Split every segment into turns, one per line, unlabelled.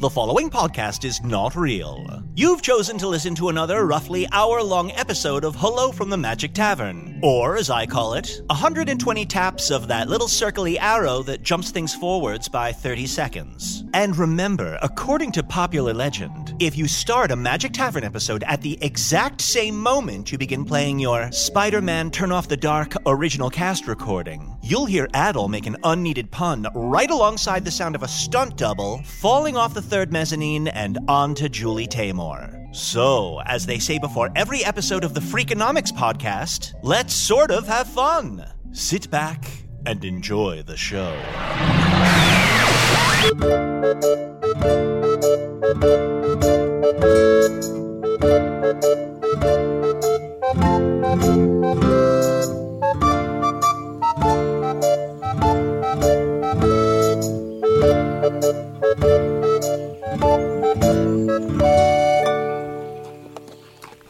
The following podcast is not real. You've chosen to listen to another roughly hour long episode of Hello from the Magic Tavern, or as I call it, 120 taps of that little circly arrow that jumps things forwards by 30 seconds. And remember, according to popular legend, if you start a Magic Tavern episode at the exact same moment you begin playing your Spider Man Turn Off the Dark original cast recording, you'll hear Adol make an unneeded pun right alongside the sound of a stunt double falling off the third mezzanine and onto Julie Taymor. So, as they say before every episode of the Freakonomics podcast, let's sort of have fun. Sit back and enjoy the show.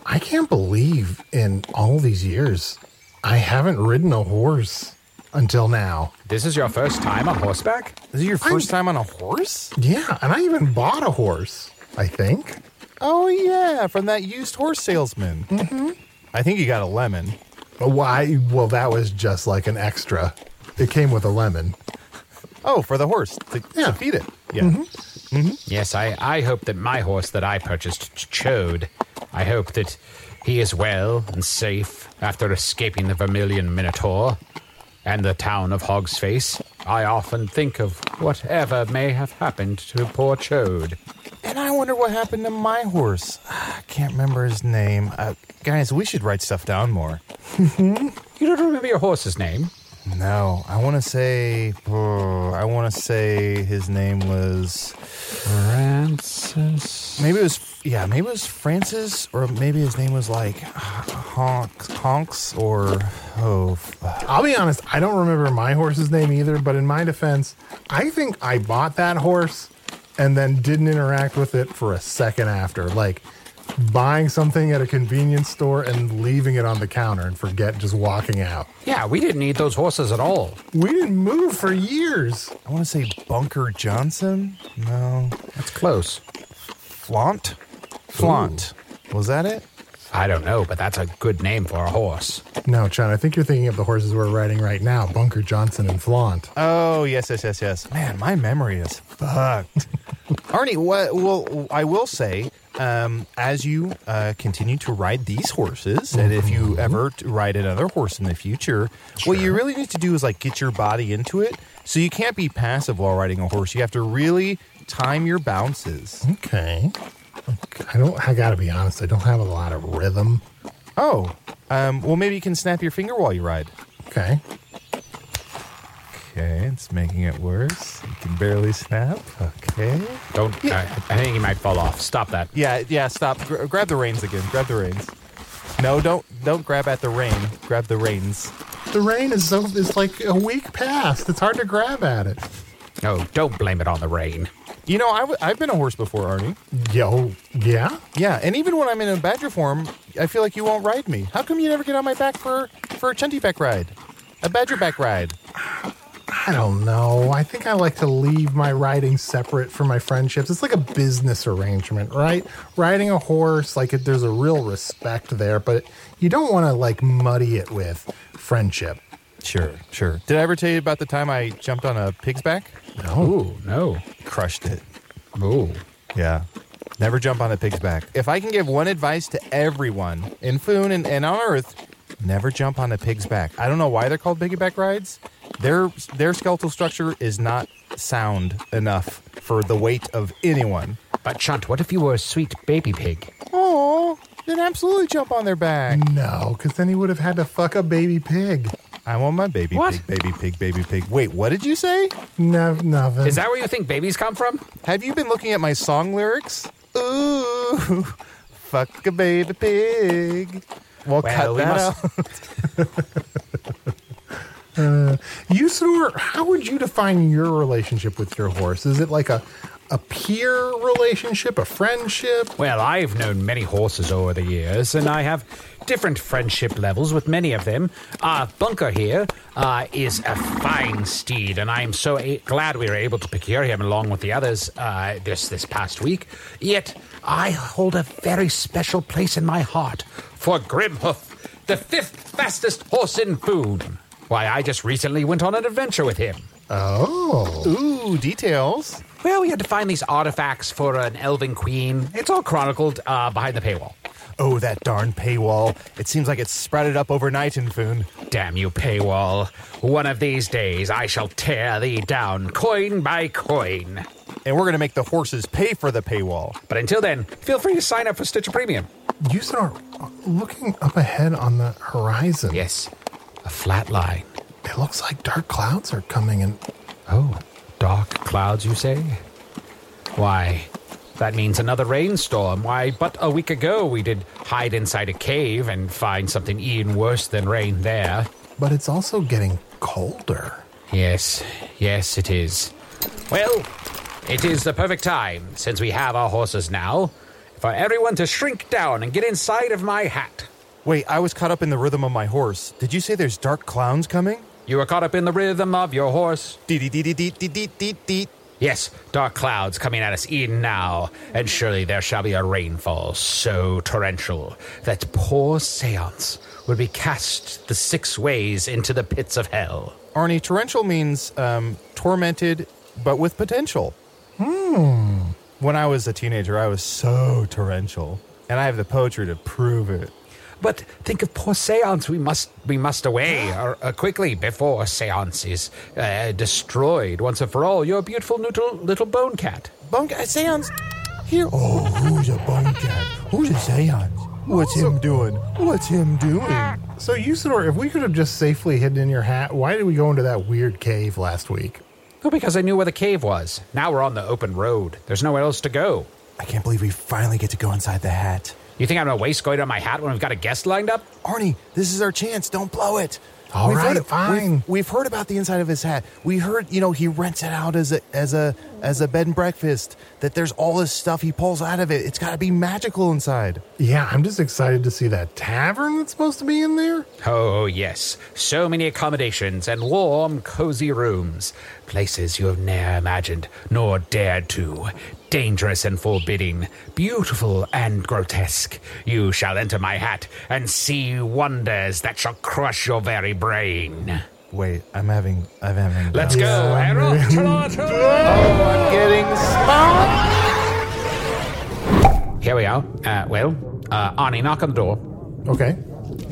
I can't believe in all these years I haven't ridden a horse until now.
This is your first time on horseback?
Is it your 1st time on a horse?
Yeah, and I even bought a horse, I think.
Oh yeah, from that used horse salesman. Mm-hmm. I think you got a lemon.
Why? Well, that was just like an extra. It came with a lemon.
Oh, for the horse to, to
Yeah. Mm-hmm.
feed it. Yeah.
Yes, I, I hope that my horse that I purchased, ch- Chode, I hope that he is well and safe after escaping the Vermilion Minotaur and the town of Hogsface. I often think of whatever may have happened to poor Chode.
And I wonder what happened to my horse. I can't remember his name. Uh, guys, we should write stuff down more.
You don't remember your horse's name?
No, I want to say. oh, I want to say his name was
Francis.
maybe it was yeah maybe it was Francis or maybe his name was like Honks Honks or oh f-
I'll be honest, I don't remember my horse's name either, but in my defense, I think I bought that horse and then didn't interact with it for a second after. Like buying something at a convenience store and leaving it on the counter and forget just walking out.
Yeah, we didn't need those horses at all.
We didn't move for years.
I want to say Bunker Johnson. No,
That's close.
Flaunt? Flaunt. Was that it?
I don't know, but that's a good name for a horse.
No, Chad, I think you're thinking of the horses we're riding right now Bunker Johnson and Flaunt.
Oh, yes, yes, yes, yes. Man, my memory is fucked. Arnie, what well I will say, um, as you uh, continue to ride these horses, and if you ever t- ride another horse in the future, what you really need to do is like get your body into it. So you can't be passive while riding a horse. You have to really time your bounces.
Okay. I don't, I gotta be honest, I don't have a lot of rhythm.
Oh, um, well maybe you can snap your finger while you ride.
Okay.
Okay, it's making it worse. You can barely snap. Okay.
Don't. I, I think he might fall off. Stop that.
Yeah, yeah. Stop. Gr- grab the reins again. Grab the reins. No, don't don't grab at the rein. Grab the reins.
The rain is so, is like a week past. It's hard to grab at it.
Oh, don't blame it on the rain.
You know, i w- I've been a horse before, Arnie.
Yo, yeah?
Yeah, and even when I'm in a badger form, I feel like you won't ride me. How come you never get on my back for for a chunty back ride, a badger back ride?
I don't know. I think I like to leave my riding separate from my friendships. It's like a business arrangement, right? Riding a horse, like it, there's a real respect there, but you don't want to like muddy it with friendship.
Sure, sure. Did I ever tell you about the time I jumped on a pig's back?
No.
No.
Crushed it.
Ooh.
Yeah. Never jump on a pig's back. If I can give one advice to everyone in Foon and, and on Earth, never jump on a pig's back. I don't know why they're called piggyback rides. Their their skeletal structure is not sound enough for the weight of anyone.
But Chunt, what if you were a sweet baby pig?
Oh, then absolutely jump on their back.
No, because then he would have had to fuck a baby pig.
I want my baby
What?
pig, baby pig, baby pig. Wait, what did you say?
No, nothing.
Is that where you think babies come from?
Have you been looking at my song lyrics? Ooh, fuck a baby pig. We'll, cut
we
that out.
must-
You, Snor, how would you define your relationship with your horse? Is it like a a peer relationship, a friendship?
Well, I've known many horses over the years, and I have different friendship levels with many of them. Our Bunker here uh, is a fine steed, and I'm so a- glad we were able to procure him along with the others uh, this this past week. Yet I hold a very special place in my heart for Grimhoof, the fifth fastest horse in food. Why, I just recently went on an adventure with him.
Oh,
Ooh, details.
Well, we had to find these artifacts for an elven queen. It's all chronicled uh, behind the paywall.
Oh, that darn paywall. It seems like it's sprouted up overnight in Foon.
Damn you, paywall. One of these days I shall tear thee down, coin by coin.
And we're going to make the horses pay for the paywall.
But until then, feel free to sign up for Stitcher Premium.
you, Snor, looking up ahead on the horizon.
Yes, a flat line.
It looks like dark clouds are coming in.
Oh, dark clouds, you say? Why, that means another rainstorm. Why, but a week ago we did hide inside a cave and find something even worse than rain there.
but it's also getting colder.
Yes, yes, it is. Well, it is the perfect time, since we have our horses now, for everyone to shrink down and get inside of my hat.
Wait, I was caught up in the rhythm of my horse. Did you say there's dark clowns coming?
You are caught up in the rhythm of your horse.
Dee dee dee dee dee dee dee dee dee.
Yes, dark clouds coming at us e'en now, and surely there shall be a rainfall so torrential that poor Seance will be cast the six ways into the pits of hell.
Arnie, torrential means um, tormented, but with potential. Hmm. When I was a teenager, I was so torrential. And I have the poetry to prove it.
But think of poor Seance. We must, we must away or, uh, quickly before Seance is uh, destroyed once and for all. Your beautiful little, little bone cat.
Bunk Seance here. Oh, who's a bunk cat? Who's a Seance? What's him doing? What's him doing?
So, Usador, if we could have just safely hidden in your hat, why did we go into that weird cave last week?
Oh, because I knew where the cave was. Now we're on the open road. There's nowhere else to go.
I can't believe we finally get to go inside the hat.
You think I'm gonna waste going on my hat when we've got a guest lined up?
Arnie, this is our chance. Don't blow it.
All
All right,
right, fine.
We've, we've heard about the inside of his hat. We heard, you know, he rents it out as a as a as a bed and breakfast. That there's all this stuff he pulls out of it. It's got to be magical inside.
Yeah, I'm just excited to see that tavern that's supposed to be in there.
Oh, yes. So many accommodations and warm, cozy rooms. Places you have ne'er imagined, nor dared to. Dangerous and forbidding, beautiful and grotesque. You shall enter my hat and see wonders that shall crush your very brain.
Wait, I'm having, I'm having.
Let's go, Harold! Toronto!
I'm getting spot.
Here we are. Uh, well, uh, Arnie, knock on the door.
Okay.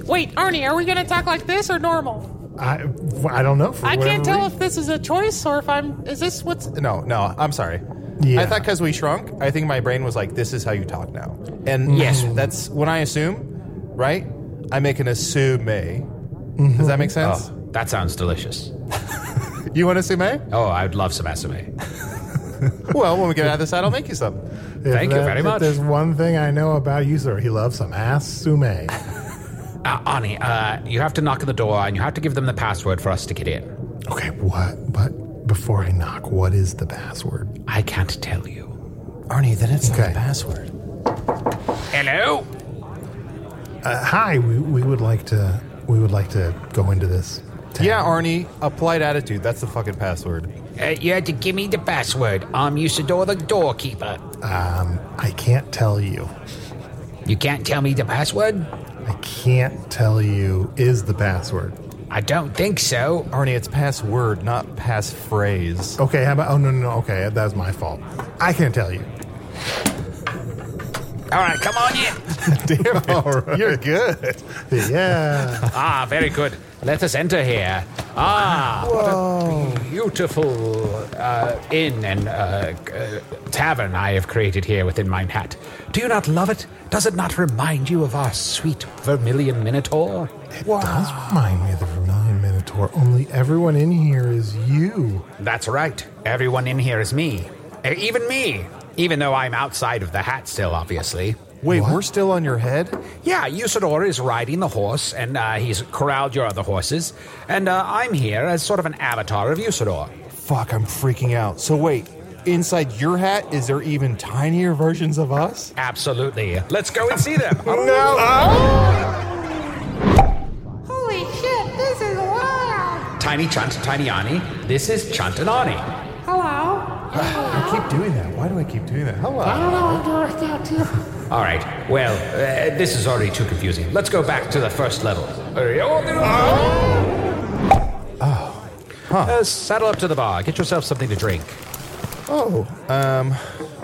Wait, Arnie, are we gonna talk like this or normal?
I I don't know. For
I
whatever
can't tell
reason.
if this is a choice or if I'm. Is this what's?
No, no, I'm sorry.
Yeah.
I thought because we shrunk, I think my brain was like, "This is how you talk now." And
Yes.
that's when I assume, right? I make an assume. Does that make sense?
Oh, That sounds delicious.
You want to assume?
Oh, I would love some esame.
well, when we get out of this, I'll make you some.
If
Thank you very
if
much.
There's one thing I know about Usador. He loves some ass sume.
Uh, Arnie, uh, you have to knock on the door and you have to give them the password for us to get in.
Okay, what? But before I knock, what is the password?
I can't tell you.
Arnie, then it's not
Okay.
the password.
Hello?
Uh, hi, we, we would like to we would like to go into this.
Yeah, Arnie, a polite attitude. That's the fucking password.
Uh, you had to give me the password. I'm Usador the doorkeeper.
Um, I can't tell you.
You can't tell me the password?
I can't tell you is the password.
I don't think so.
Arnie, it's password, not passphrase.
Okay, how about? Oh no, no, no. Okay, that's my fault. I can't tell you.
All right, come on in.
All right.
You're good.
Yeah.
ah, very good. Let us enter here. Ah, what a beautiful uh, inn and uh, uh, tavern I have created here within mine hat. Do you not love it? Does it not remind you of our sweet vermilion minotaur?
Does remind me of the Vermilion Minotaur. Only everyone in here is you.
That's right. Everyone in here is me. Uh, Even me. Even though I'm outside of the hat still, obviously.
Wait, we're still on your head?
Yeah, Usador is riding the horse, and uh, he's corralled your other horses, and uh, I'm here as sort of an avatar of Usador.
Fuck, I'm freaking out. So wait, inside your hat, is there even tinier versions of us?
Absolutely. Let's go and see them.
Holy shit, this is wild.
Tiny Chunt, Tiny Ani. This is Chunt and Ani.
Hello? Hello?
I keep doing that. Why do I keep doing that?
I
Hello.
don't know, I'm dorked out too.
All right. Well, uh, this is already too confusing. Let's go back to the first level. Oh. Uh, saddle up to the bar. Get yourself something to drink.
Oh, um,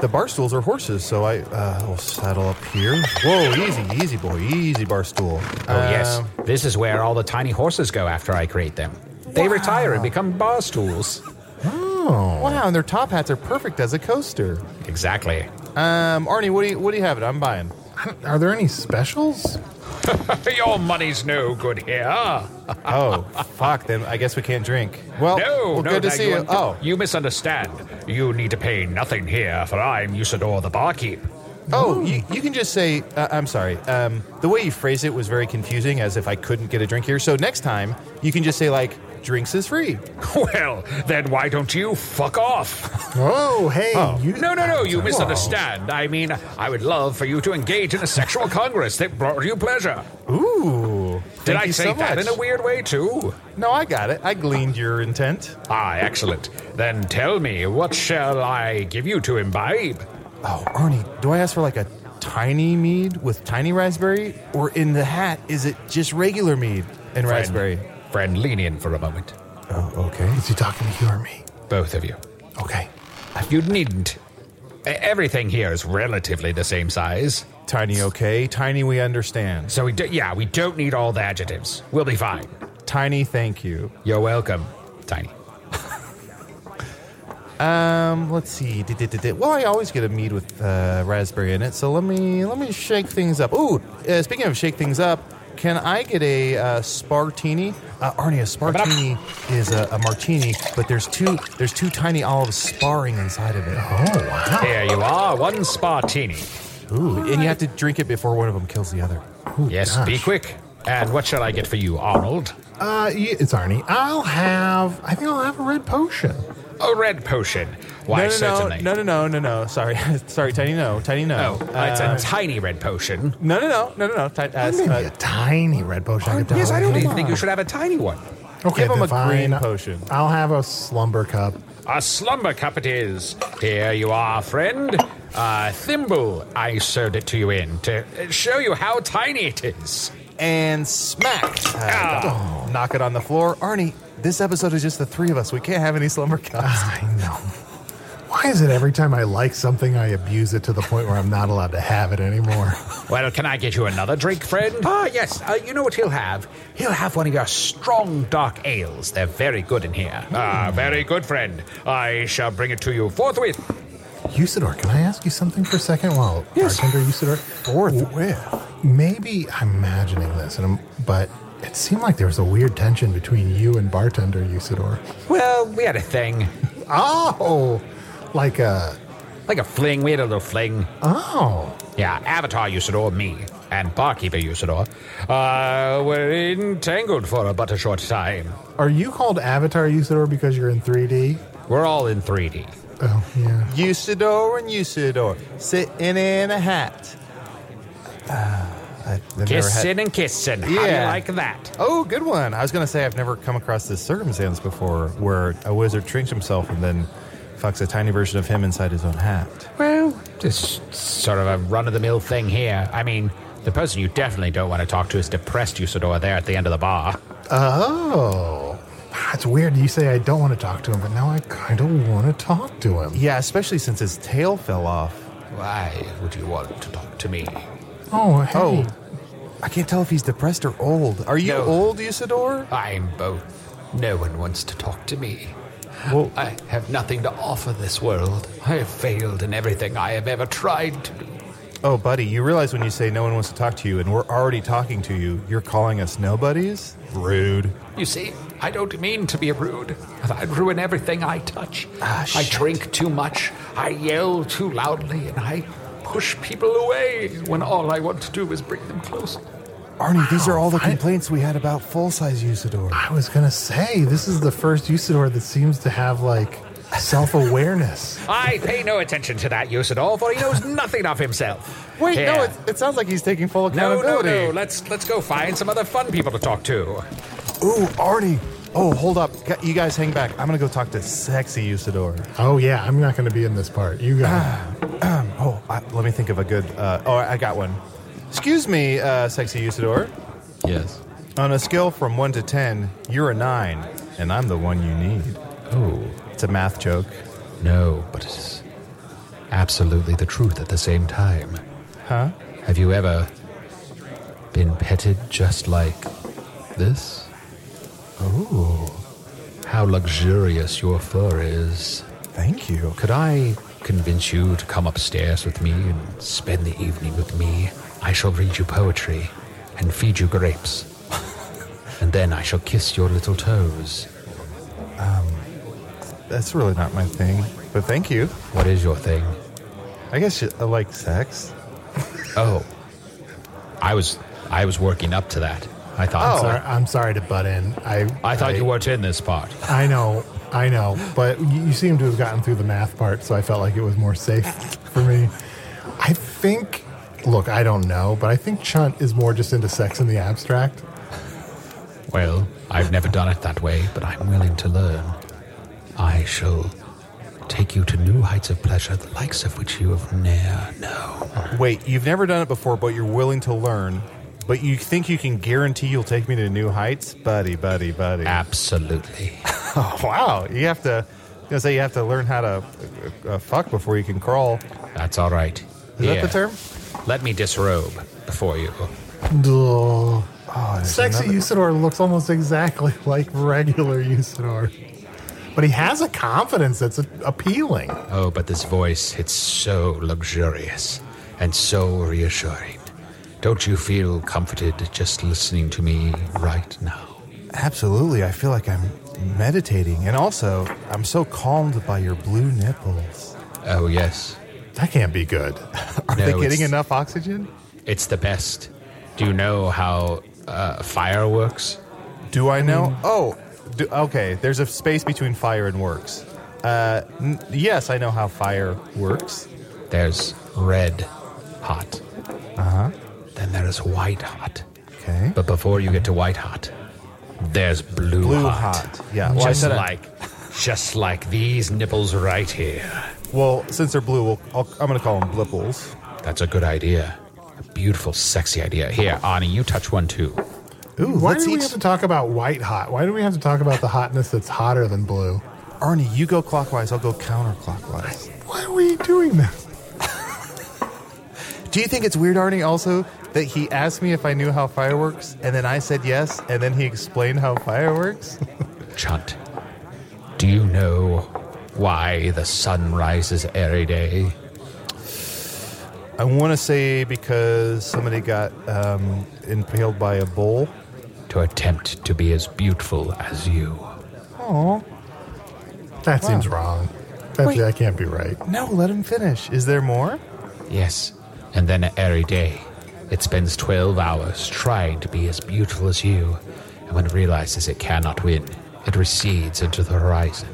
the bar stools are horses, so I uh, will saddle up here. Whoa, easy, easy boy, easy bar stool.
Oh, yes.
Um,
This is where all the tiny horses go after I create them. They retire and become bar stools.
Wow, and their top hats are perfect as a coaster.
Exactly.
Um, Arnie, what do you what do you have? It I'm buying.
I don't- Are there any specials?
Your money's no good here.
Oh, fuck. Then I guess we can't drink. Well,
No,
well
no,
good to
no,
see you.
un-
Oh,
you misunderstand. You need to pay nothing here, for I'm Usador the barkeep.
oh, you, you can just say uh, I'm sorry. Um, the way you phrase it was very confusing, as if I couldn't get a drink here. So next time, you can just say like, "Drinks is free."
Well, then why don't you fuck off?
Oh, hey. You,
No, no, no, you misunderstand. I mean, I would love for you to engage in a sexual congress that brought you pleasure.
Ooh,
Did
thank
I
you
say
so
that
much.
in a weird way, too?
No, I got it. I gleaned your intent.
Ah, excellent. Then tell me, what shall I give you to imbibe?
Oh, Arnie, do I ask for like a tiny mead with tiny raspberry, or in the hat is it just regular mead and raspberry?
Friend, lean in for a moment.
Oh, okay.
Is he talking to you or me?
Both of you.
Okay.
You needn't. E- Everything here is relatively the same size.
Tiny, okay. Tiny, we understand.
So we do, yeah, we don't need all the adjectives. We'll be fine.
Tiny, thank you.
You're welcome, Tiny.
Um, let's see. Did- did- did- did- Well, I always get a mead with uh, raspberry in it, so let me let me shake things up. Ooh, uh, speaking of shake things up, can I get a uh, spartini? Uh, Arnie, a spartini is a, a martini, but there's two there's two tiny olives sparring inside of it.
Oh, wow.
Here you are, one Spartini.
Ooh, and you have to drink it before one of them kills the other.
Yes, be quick. And what shall I get for you, Arnold?
Uh, yeah, it's Arnie. I'll have. I think I'll have a red potion.
A red potion. Why,
No, no, no,
certainly.
no, no, no, no, no. Sorry, sorry, tiny no, tiny no. Uh,
Oh, it's a tiny red potion.
no, no, no, no, no, no. Ti- uh,
Maybe
uh,
a tiny red potion. could
Yes, I don't
definitely
even
have.
think you should have a tiny one.
Okay,
Give him
then
a green
fine.
potion.
I'll have a slumber cup.
A slumber cup it is. Here you are, friend. A thimble I served it to you in to show you how tiny it is.
and smack.
Ah.
Knock it on the floor. Arnie, this episode is just the three of us. We can't have any slumber cups.
I know. Why is it every time I like something, I abuse it to the point where I'm not allowed to have it anymore?
Well, can I get you another drink, friend? Ah, yes. Uh, you know what he'll have? He'll have one of your strong dark ales. They're very good in here. Ah, very good, friend. I shall bring it to you forthwith.
Usador, can I ask you something for a second while bartender Usador? Forthwith. Maybe I'm imagining this, and I'm, but it seemed like there was a weird tension between you and bartender Usador.
Well, we had a thing.
Oh, like a
Like a fling. We had a little fling.
oh.
Yeah, Avatar Usador, me, and Barkeeper Usador uh, were entangled for a but a short time.
Are you called Avatar Usador because you're in 3D?
We're all in 3D.
Oh, yeah.
Usador and Usador sitting in a hat. Uh, I've never had-
Kissing and kissing. How do you
Yeah.
like that?
Oh, good one. I was going to say I've never come across this circumstance before where a wizard shrinks himself and then fucks a tiny version of him inside his own hat.
Well, just sort of a run of the mill thing here. I mean, the person you definitely don't want to talk to is depressed Usador there at the end of the bar.
Oh. That's weird. You say I don't want to talk to him, but now I kind of want to talk to him.
Yeah, especially since his tail fell off.
Why would you want to talk to me?
Oh, hey.
Oh, I can't tell if he's depressed or old. Are you
No.
old, Usador?
I'm both. No one wants to talk to me.
Well,
I have nothing to offer this world. I have failed in everything I have ever tried to do.
oh, buddy, you realize when you say no one wants to talk to you and we're already talking to you, you're calling us nobodies? Rude.
You see, I don't mean to be rude. I ruin everything I touch.
Ah,
I drink too much. I yell too loudly, and I push people away when all I want to do is bring them closer.
Arnie, these are all the
I-
complaints we had about full size Usador.
I was going to say, this is the first Usador that seems to have, like, self awareness.
I pay no attention to that use at all, for he knows nothing of himself.
Wait, no,
Here.
it, it sounds like he's taking full
no, no,
accountability.
no. Let's let's go find some other fun people to talk to.
Ooh, Arnie. Oh, hold up. Gu- You guys hang back. I'm going to go talk to sexy Usador.
Oh, yeah. I'm not going to be in this part. You got
Oh, I, let me think of a good. Uh, oh, I got one. Excuse me, uh, sexy Usador.
Yes.
On a scale from 1 to 10, you're a 9, and I'm the one you need.
Oh
It's a math joke.
no, but it's absolutely the truth at the same time.
Huh?
Have you ever been petted just like this? Oh, how luxurious your fur is.
Thank you.
Could I convince you to come upstairs with me and spend the evening with me? I shall read you poetry and feed you grapes. and then I shall kiss your little toes.
That's really not my thing, but thank you.
What is your thing?
I guess you, I like sex.
Oh. I was I was working up to that. I thought
Oh.
I'm, sorry, I'm sorry to butt in. I,
I thought you weren't in this part.
I know. I know. But you, you seem to have gotten through the math part, so I felt like it was more safe for me. I think, look, I don't know, but I think Chunt is more just into sex in the abstract.
Well, I've never done it that way, but I'm willing to learn. I shall take you to new heights of pleasure, the likes of which you have ne'er known.
Wait, you've never done it before, but you're willing to learn, but you think you can guarantee you'll take me to new heights? Buddy, buddy, buddy.
Absolutely.
Oh, wow. You have to, you know, say you have to learn how to uh, uh, fuck before you can crawl.
That's all right.
Is that the term?
Let me disrobe before you.
Duh.
Oh, there's
Sexy
another-
Usador looks almost exactly like regular Usador. But he has a confidence that's a- appealing.
Oh, but this voice, it's so luxurious and so reassuring. Don't you feel comforted just listening to me right now?
Absolutely. I feel like I'm meditating. And also, I'm so calmed by your blue nipples.
Oh, yes.
That can't be good.
Are
No,
they getting
it's-
enough oxygen?
It's the best. Do you know how uh, fire works?
Do I know? Oh, do, okay. There's a space between fire and works. Uh, n- yes, I know how fire works.
There's red hot. Uh huh. Then there is white hot.
Uh-huh. Okay.
But before you get to white hot, there's blue,
Blue hot. Yeah, well, I
just
said I-
like, just like these nipples right here.
Well, since they're blue, we'll, I'll, I'm going to call them blipples.
That's a good idea. A beautiful, sexy idea. Here, Ani, you touch one too.
Ooh,
Why
let's
do we
each.
have to talk about white hot? Why do we have to talk about the hotness that's hotter than blue?
Arnie, you go clockwise. I'll go counterclockwise.
Why are we doing this?
Do you think it's weird, Arnie, also, that he asked me if I knew how fire works, and then I said yes, and then he explained how fire works?
Chunt, do you know why the sun rises every day?
I want to say because somebody got um, impaled by a bull.
To attempt to be as beautiful as you.
That seems wrong. That,
Wait.
that can't be right.
No, let him finish. Is there more?
Yes, and then every day it spends 12 hours trying to be as beautiful as you, and when it realizes it cannot win, it recedes into the horizon.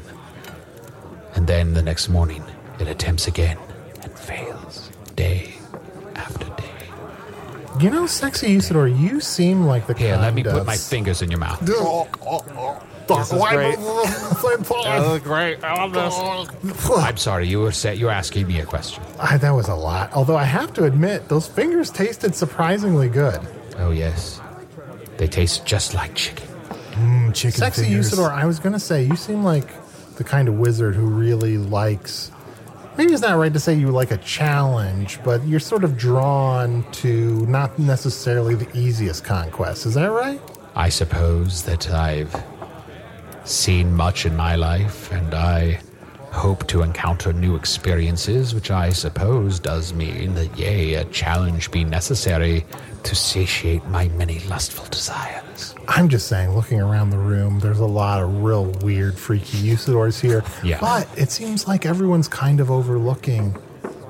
And then the next morning, it attempts again and fails day after day.
You know, sexy Usador, you seem like the
Here,
kind
let me put
that's-
my fingers in your mouth.
Oh, oh, oh. Fuck,
is
why
great.
both of them at
great. I love
the same time?
I'm sorry, you were set. You were asking me a question.
I, that was a lot. Although I have to admit, those fingers tasted surprisingly good.
Oh, yes. They taste just like chicken.
chicken
Sexy Usador, I was going to say, you seem like the kind of wizard who really likes. Maybe it's not right to say you like a challenge, but you're sort of drawn to not necessarily the easiest conquests. Is that right?
I suppose that I've seen much in my life, and I hope to encounter new experiences, which I suppose does mean that, yea, a challenge be necessary to satiate my many lustful desires.
I'm just saying, looking around the room, there's a lot of real weird, freaky Usadors here.
Yeah.
But it seems like everyone's kind of overlooking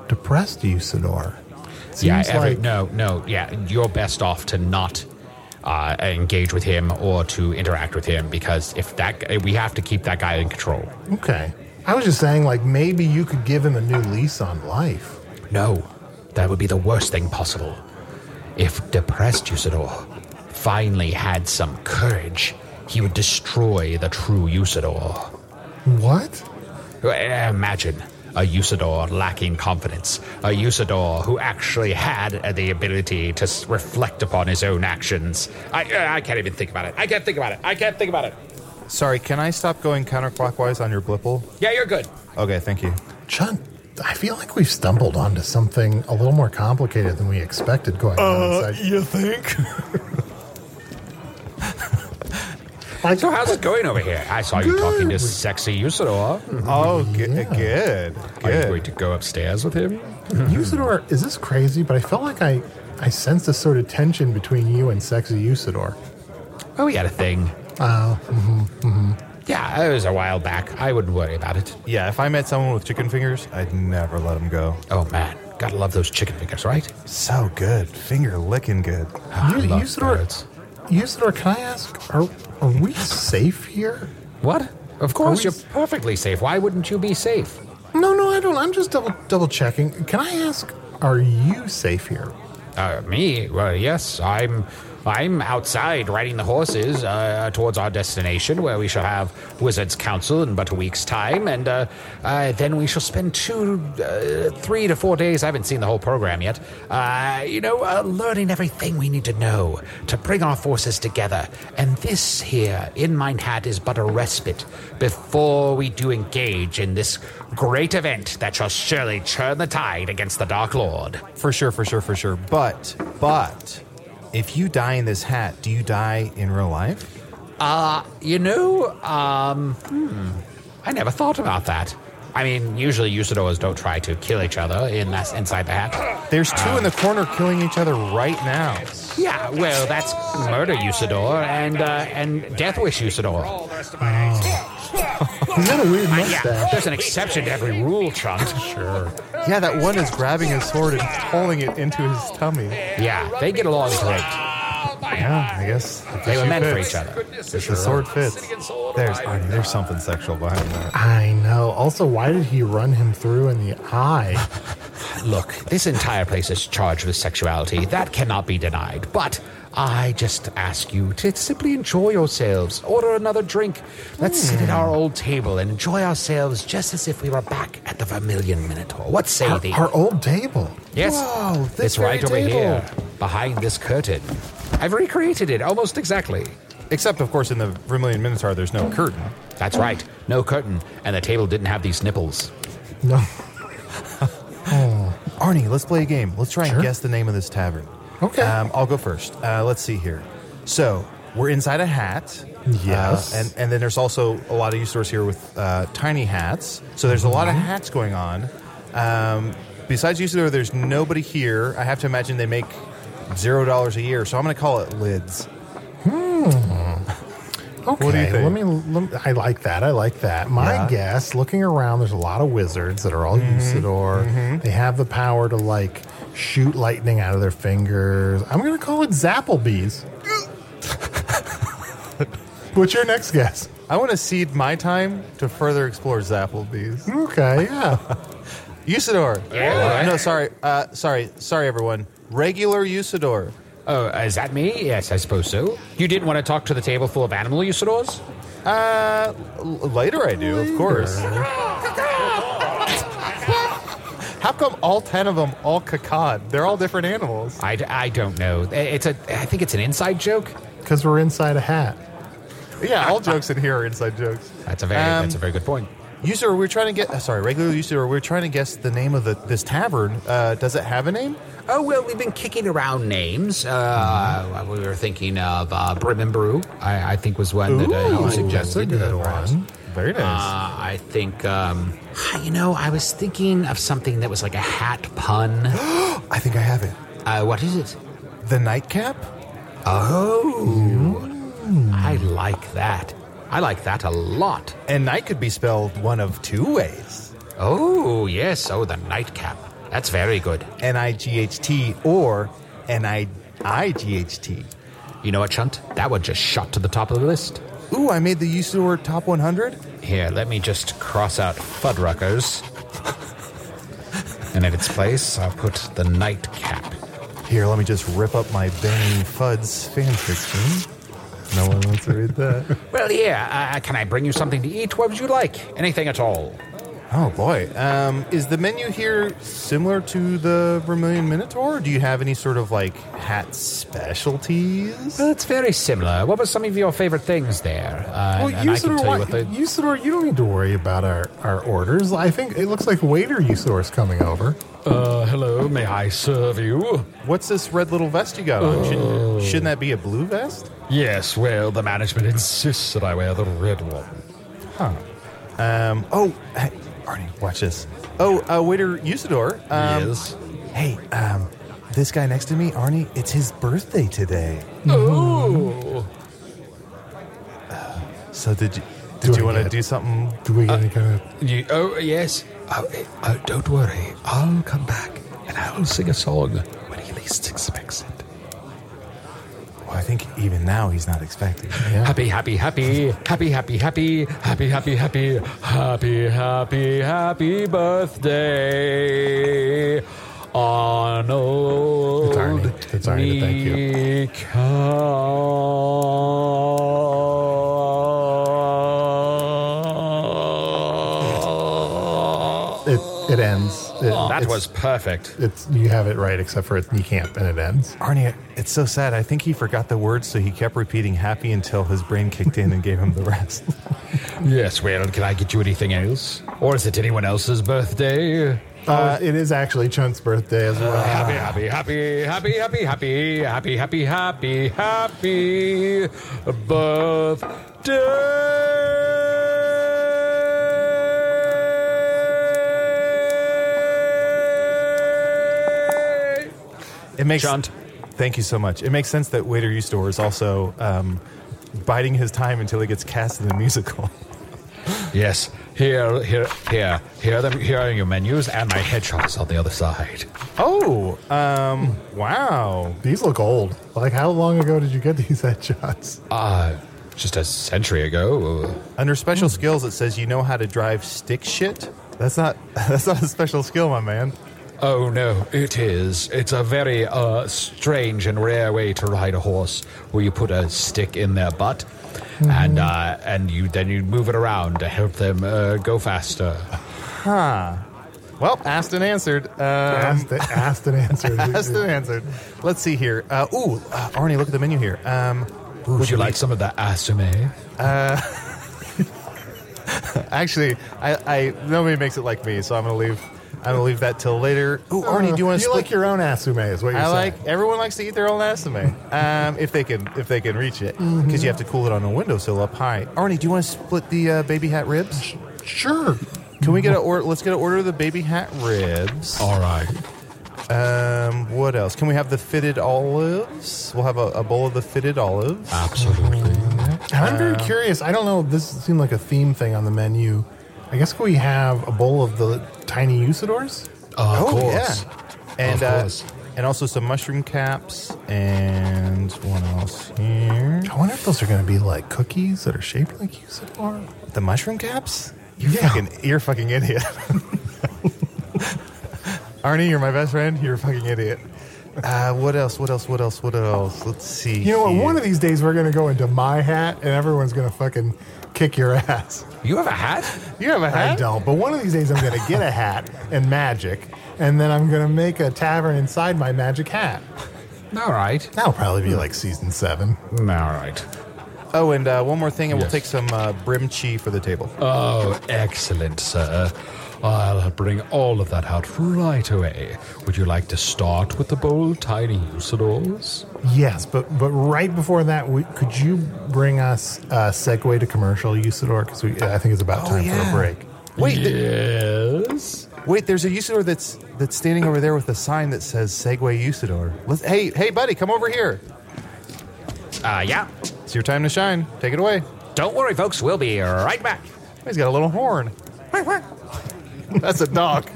depressed Usador. It Seems
yeah, every,
like
no, no, yeah, you're best off to not. Uh, engage with him or to interact with him because if that g- we have to keep that guy in control.
okay. I was just saying, like maybe you could give him a new lease on life.
No, that would be the worst thing possible. If depressed Usador finally had some courage, he would destroy the true Usador. Eh,
What?
Imagine a Usador lacking confidence, a Usador who actually had uh, the ability to s- reflect upon his own actions. I, uh, I can't even think about it. I can't think about it. I can't think about it.
Sorry, can I stop going counterclockwise on your blipple?
Yeah, you're good.
Okay, thank you.
Chun, I feel like we've stumbled onto something a little more complicated than we expected going on inside.
Uh, you think?
Like,
So how's it going over here? I saw you talking to sexy Usador.
oh, g- good.
Are you
Good.
going to go upstairs with him?
Usador, is this crazy? But I felt like I, I sensed a sort of tension between you and sexy Usador.
Oh, we had a thing. Oh, mm-hmm, Yeah, it was a while back. I wouldn't worry about it.
Yeah, if I met someone with chicken fingers, I'd never let them go.
Oh, man. Gotta love those chicken fingers, right?
So good. Finger licking good.
I
You-
love
Usador,
birds.
Usador, can I ask, are, are we safe here?
What? Of course,
we-
you're perfectly safe. Why wouldn't you be safe?
No, no, I don't. I'm just double double checking. Can I ask, are you safe here?
Uh, me? Well, yes, I'm. I'm outside riding the horses uh, towards our destination, where we shall have Wizards' Council in but a week's time, and uh, uh, then we shall spend two, uh, three to four days. I haven't seen the whole program yet. Uh, you know, uh, learning everything we need to know to bring our forces together. And this here in mine hat is but a respite before we do engage in this great event that shall surely turn the tide against the Dark Lord.
For sure, for sure, for sure. But, but, if you die in this hat, do you die in real life?
You know, um, hmm, I never thought about that. I mean, usually Usadors don't try to kill each other in that's inside the hat.
There's two in the corner killing each other right now.
Yeah, well, that's murder Usador and uh, and death wish Usador.
He's got a weird
Uh, yeah,
mustache.
there's an exception to every rule, Chunt. Sure.
Yeah, that one is grabbing his sword and pulling it into his tummy.
Yeah, they get along great.
Yeah, I guess if the
They were
shoe
meant for
fits,
each other.
If the sword fits, there's Arnie, there's something sexual behind that.
I know. Also, why did he run him through in the eye?
Look, this entire place is charged with sexuality. That cannot be denied. But I just ask you to simply enjoy yourselves. Order another drink. Let's sit at our old table and enjoy ourselves just as if we were back at the Vermilion Minotaur. What say
Our,
thee?
our old table.
yes,
Whoa, this
it's right over
very table.
here, behind this curtain. I've recreated it almost exactly.
Except, of course, in the Vermilion Minotaur, there's no curtain.
That's
Oh.
right, no curtain, and the table didn't have these nipples.
No.
Arnie, let's play a game. Let's try
Sure.
and guess the name of this tavern.
Okay.
Um, I'll go first. Uh, let's see here. So we're inside a hat.
Yes.
Uh, and, and then there's also a lot of use stores here with uh, tiny hats. So there's a lot
Mm-hmm.
of hats going on. Um, besides use store, there's nobody here. I have to imagine they make zero dollars a year. So I'm going to call it lids.
Okay.
do you think?
Let me, let me- I like that. I like that. My
Yeah.
guess, looking around, there's a lot of wizards that are all
Mm-hmm,
Usador. They have the power to like shoot lightning out of their fingers. I'm gonna call it Zapplebees. What's your next guess?
I want to cede my time to further explore Zapplebee's.
Okay, yeah.
Usador.
Yeah.
No, sorry. Uh, sorry. Sorry, everyone. Regular Usador.
Oh, is that me? Yes, I suppose so. You didn't want to talk to the table full of animal usadors?
Uh, l- later I do, of course. How come all ten of them all cacod? They're all different animals.
I, d- I don't know. It's a. I think it's an inside joke.
Because we're inside a hat.
Yeah, all jokes in here are inside jokes.
That's a very.
Um,
that's a very good point.
Usador, we're trying to get. uh, sorry, regular Usador, we're trying to guess the name of the this tavern. Uh, does it have a name?
Oh well, we've been kicking around names. Uh, we were thinking of uh, Brim and Brew. I, I think was one that uh, you suggested.
Very nice.
Uh, I think, um, you know, I was thinking of something that was like a hat pun.
I think I have it.
Uh, what is it?
The nightcap.
Oh, I like that. I like that a lot.
And night could be spelled one of two ways:
Oh, yes. Oh, the nightcap. That's very good.
N I G H T or N I I G H T.
You know what, Chunt? That one just shot to the top of the list.
Ooh, I made the Usador top 100.
Here, let me just cross out Fuddruckers. and in its place, I'll put the nightcap.
Here, let me just rip up my Benny Fudd's fanfiction. No one wants to read that.
Well, yeah. Uh, can I bring you something to eat? What would you like? Anything at all?
Oh boy, um, is the menu here similar to the Vermilion Minotaur? Do you have any sort of like hat specialties?
Uh,
Well, it's very similar. What were some of your favorite things there? Uh, and I can tell you
why-
what the.
Usador, you don't need to worry about our, our orders. I think it looks like waiter Usador's coming over.
Uh, hello, may I serve you?
What's this red little vest you got on?
Oh.
Shouldn't, shouldn't that be a blue vest?
Yes, well, the management insists that I wear the red one.
Um, oh, hey, Arnie, watch this. Oh, uh, waiter Usador. Um,
yes.
Hey, um, this guy next to me, Arnie, it's his birthday today.
Oh.
Uh, So did you
Do
did
I
you want to
get-
do something? Uh,
Do we get any kind of.
You, oh, yes. Oh, eh, oh, don't worry. I'll come back and I will sing a song when he least expects it.
Well, I think even now he's not expecting.
Happy, happy, happy, happy, happy, happy, happy, happy, happy, happy, happy, happy birthday, Arnold.
It's Arnie. It's Arnie to thank you. It, it ends. It-
That
it's-
was perfect.
It's, you have it right, except for it, you can't, and it ends.
Arnie, it's so sad. I think he forgot the words, so he kept repeating happy until his brain kicked in and gave him the rest.
Yes, well, can I get you anything else? Or is it anyone else's birthday?
Uh, it is actually Chunt's birthday as well.
Happy, happy, happy, happy, happy, happy, happy, happy, happy, happy birthday.
It makes
Chunt.
Thank you so much. It makes sense that Waiter Ustor is also um, biding his time until he gets cast in the musical.
Yes, here, here, here, here. Them, here are your menus and my headshots on the other side.
Oh, um, wow.
These look old. Like, how long ago did you get these headshots?
Um,
Uh, just a century ago.
Under special skills, it says you know how to drive stick shit. That's not that's not a special skill, my man.
Oh no, it is. It's a very uh, strange and rare way to ride a horse, where you put a stick in their butt,
Mm-hmm.
and uh, and you then you move it around to help them uh, go faster.
Well, asked and answered. Um,
asked, asked and answered.
asked and answered. Let's see here. Uh, ooh, uh, Arnie, look at the menu here. Um, ooh,
Would
should
you
we-
like some of that asume?
Actually, I, I nobody makes it like me, so I'm gonna leave. I'm gonna leave that till later. Ooh, Arnie, do you want to
You
split
like your own asume, is what you're
I
saying.
like everyone likes to eat their own asimay, um, if they can if they can reach it, because you have to cool it on a windowsill up high. Arnie, do you want to split the uh, baby hat ribs?
Sure.
Can we get a or let's get an order of the baby hat ribs.
All right.
Um, what else? Can we have the fitted olives? We'll have a, a bowl of the fitted olives.
Ah, Absolutely.
Mm-hmm.
And I'm
Uh,
very curious. I don't know. This seemed like a theme thing on the menu. I guess we have a bowl of the tiny Usadors.
Of
oh
course.
yeah, and
Of
uh,
course.
and also some mushroom caps and what else here?
I wonder if those are going to be like cookies that are shaped like you so far.
The mushroom caps? You're fucking you're a fucking idiot. Arnie, you're my best friend. You're a fucking idiot. Uh, what else? What else? What else? What else? Let's see.
You know what?
here.
One of these days we're going to go into my hat and everyone's going to fucking kick your ass.
You have a hat?
You have a
I
hat?
don't. But one of these days I'm going to get a hat and magic, and then I'm going to make a tavern inside my magic hat.
All right.
That'll probably be like season seven.
All right.
Oh, and uh, one more thing, and
Yes.
we'll take some uh, brimchi for the table.
Oh, excellent, sir. I'll bring all of that out right away. Would you like to start with the bold, tiny usadors?
Yes, but but right before that, we, could you bring us a segue to commercial, Usador? Because I think it's about time for
Oh, yeah.
a break.
Wait, th-
Yes.
wait. There's a Usador that's that's standing over there with a sign that says Segway Usador. Let's, hey, hey, buddy, come over here.
Uh, yeah.
It's your time to shine. Take it away.
Don't worry, folks. We'll be right back.
He's got a little horn. That's a dog.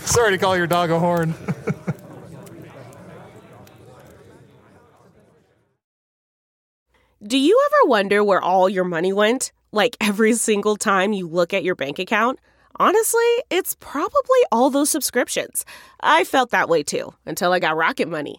Sorry to call your dog a horn.
Do you ever wonder where all your money went? Like every single time you look at your bank account? Honestly, it's probably all those subscriptions. I felt that way too until I got Rocket Money.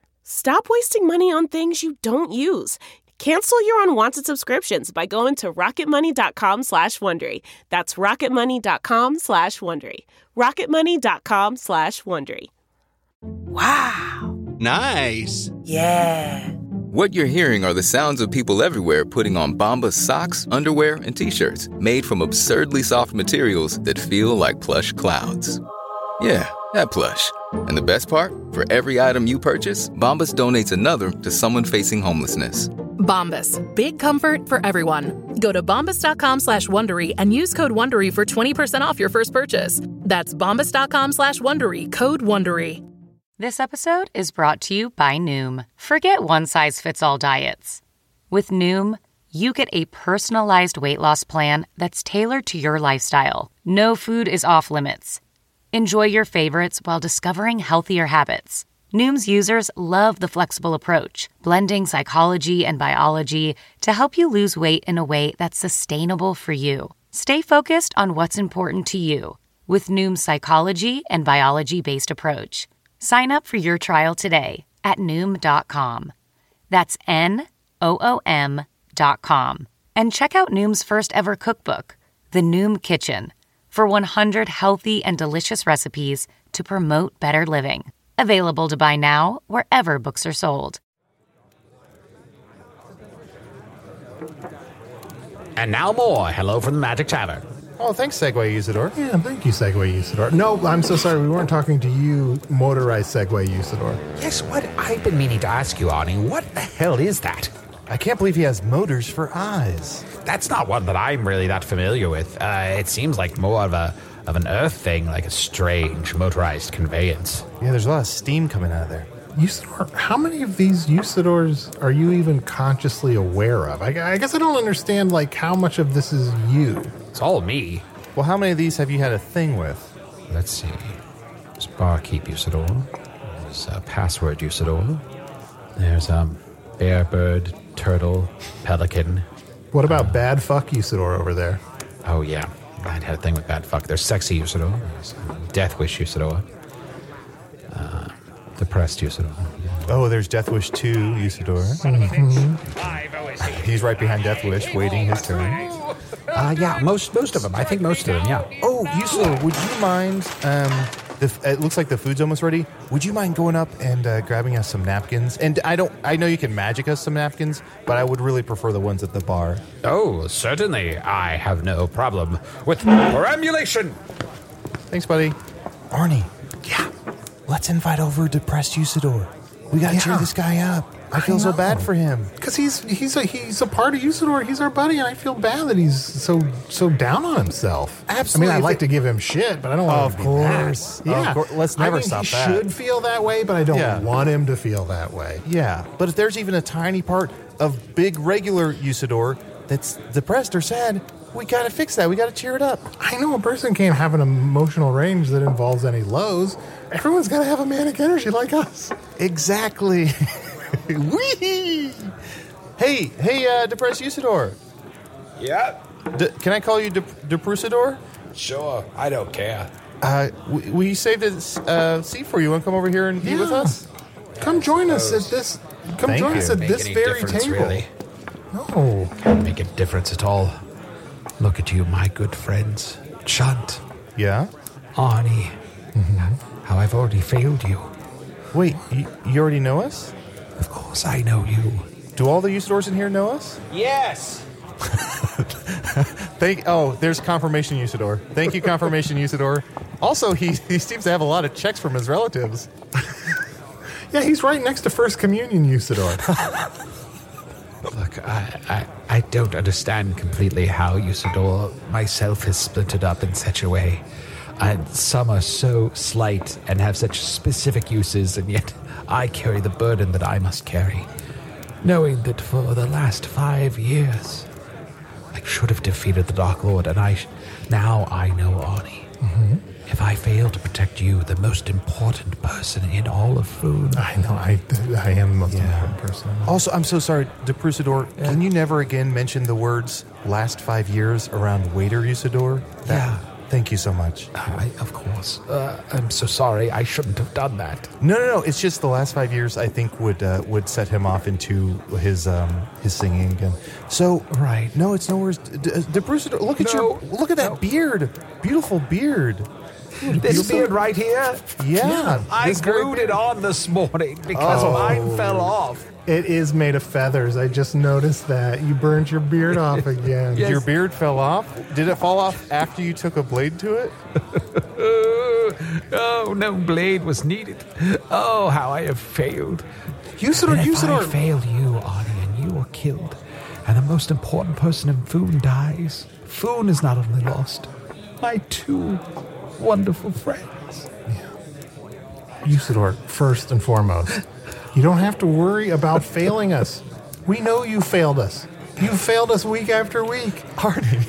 Stop wasting money on things you don't use. Cancel your unwanted subscriptions by going to rocketmoney.com slash Wondery. That's rocketmoney.com slash Wondery. rocketmoney.com slash Wondery.
Nice.
Yeah.
What you're hearing are the sounds of people everywhere putting on Bombas socks, underwear, and t-shirts made from absurdly soft materials that feel like plush clouds. Yeah, that plush. And the best part? For every item you purchase, Bombas donates another to someone facing homelessness.
Bombas. Big comfort for everyone. Go to bombas.com slash Wondery and use code Wondery for 20% off your first purchase. That's bombas.com slash Wondery. Code Wondery.
This episode is brought to you by Noom. Forget one size fits all diets. With Noom, you get a personalized weight loss plan that's tailored to your lifestyle. No food is off limits. Enjoy your favorites while discovering healthier habits. Noom's users love the flexible approach, blending psychology and biology to help you lose weight in a way that's sustainable for you. Stay focused on what's important to you with Noom's psychology and biology based approach. Sign up for your trial today at Noom.com. That's N O O M.com. And check out Noom's first ever cookbook, The Noom Kitchen, for 100 healthy and delicious recipes to promote better living. Available to buy now wherever books are sold.
And now more. Hello from the Magic Tavern.
Oh, thanks, Segway Usador.
Yeah, thank you, Segway Usador. No, I'm so sorry. We weren't talking to you, motorized Segway Usador.
Yes, what I've been meaning to ask you, Arnie, what the hell is that?
I can't believe he has motors for eyes.
That's not one that I'm really that familiar with. Uh, it seems like more of a of an Earth thing, like a strange motorized conveyance.
Yeah, there's a lot of steam coming out of there.
Usador, how many of these Usadors are you even consciously aware of? I, I guess I don't understand like how much of this is you.
It's all me.
Well, how many of these have you had a thing with?
Let's see. There's barkeep Usador. There's uh, password Usador. There's um, bear, bird, turtle, pelican.
What about bad fuck Usador over there?
Oh yeah, I'd had a thing with that. Fuck, there's sexy Usador. There's um, death wish Usador. Uh, depressed Usador.
Oh, there's Death Wish 2 Usador. He's right behind Death Wish, waiting his turn.
Uh, yeah, most most of them. I think most of them. Yeah.
Oh, Usador, would you mind? Um, the, f- it looks like the food's almost ready. Would you mind going up and uh, grabbing us some napkins? And I don't, I know you can magic us some napkins, but I would really prefer the ones at the bar.
Oh, certainly. I have no problem with perambulation.
Thanks, buddy. Arnie. Yeah. Let's invite over depressed Usador. We gotta
cheer this
guy up. I feel so bad for him.
Because he's he's a he's a part of Usador. He's our buddy, and I feel bad that he's so so down on himself.
Absolutely.
I mean, I like to give him shit, but I don't want
Of
him to be that.
course. Of
Yeah.
course. Let's
I
never
think
stop
he
that.
Should feel that way, but I don't
Yeah.
want him to feel that way.
Yeah, but if there's even a tiny part of big regular Usador that's depressed or sad, we gotta fix that. We gotta cheer it up.
I know a person can't have an emotional range that involves any lows. Everyone's got to have a manic energy like us.
Exactly. Wee! Hey, hey, uh, depressed Usador.
Yeah,
D- can I call you De- Deprusador?
sure. I don't care.
Uh, we, we saved a s- uh, seat for you. Want to come over here and be with
Yeah.
us?
Come join us at this. Come
Thank
join
you.
us at
Make
this
any
very
difference,
table.
really.
No.
Make a difference at all. Look at you, my good friends. Chunt,
Yeah.
Arnie, how I've already failed you.
Wait, you, you already know us?
Of course, I know you.
Do all the Usadors in here know us?
Yes.
Thank. Oh, there's confirmation Usador. Thank you, confirmation Usador. Also, he, he seems to have a lot of checks from his relatives.
Yeah, he's right next to First Communion Usador.
Look, I, I, I don't understand completely how Usador myself is splintered up in such a way. And some are so slight and have such specific uses, and yet I carry the burden that I must carry. Knowing that for the last five years, I should have defeated the Dark Lord, and I sh- now I know Arnie.
Mm-hmm.
If I fail to protect you, the most important person in all of food,
I know. I I am the most important person. in the world.
Also, I'm so sorry, Deprusador. Can you never again mention the words "last five years" around waiter Usador?
Yeah.
Thank you so much.
I, of course. Uh, I'm so sorry. I shouldn't have done that.
No, no, no. It's just the last five years. I think would uh, would set him off into his um, his singing again. So
Right.
No, it's no worse. D- D- Deprusador, look
No.
at your look at that beard. Beautiful beard.
This beard right here,
Yeah.
I
this very
glued
beard. Oh.
it on this morning because mine fell off.
It is made of feathers. I just noticed that you burned your beard off again.
Your beard fell off. Did it fall off after you took a blade to it?
Oh, oh, no blade was needed. Oh, how I have failed.
Usador,
and if I
Usador.
fail you, Arnie, and you are killed, and the most important person in Foon dies, Foon is not only lost, my two wonderful friends.
Usador, first and foremost, you don't have to worry about failing us. We know you failed us. You failed us week after week. Hardy.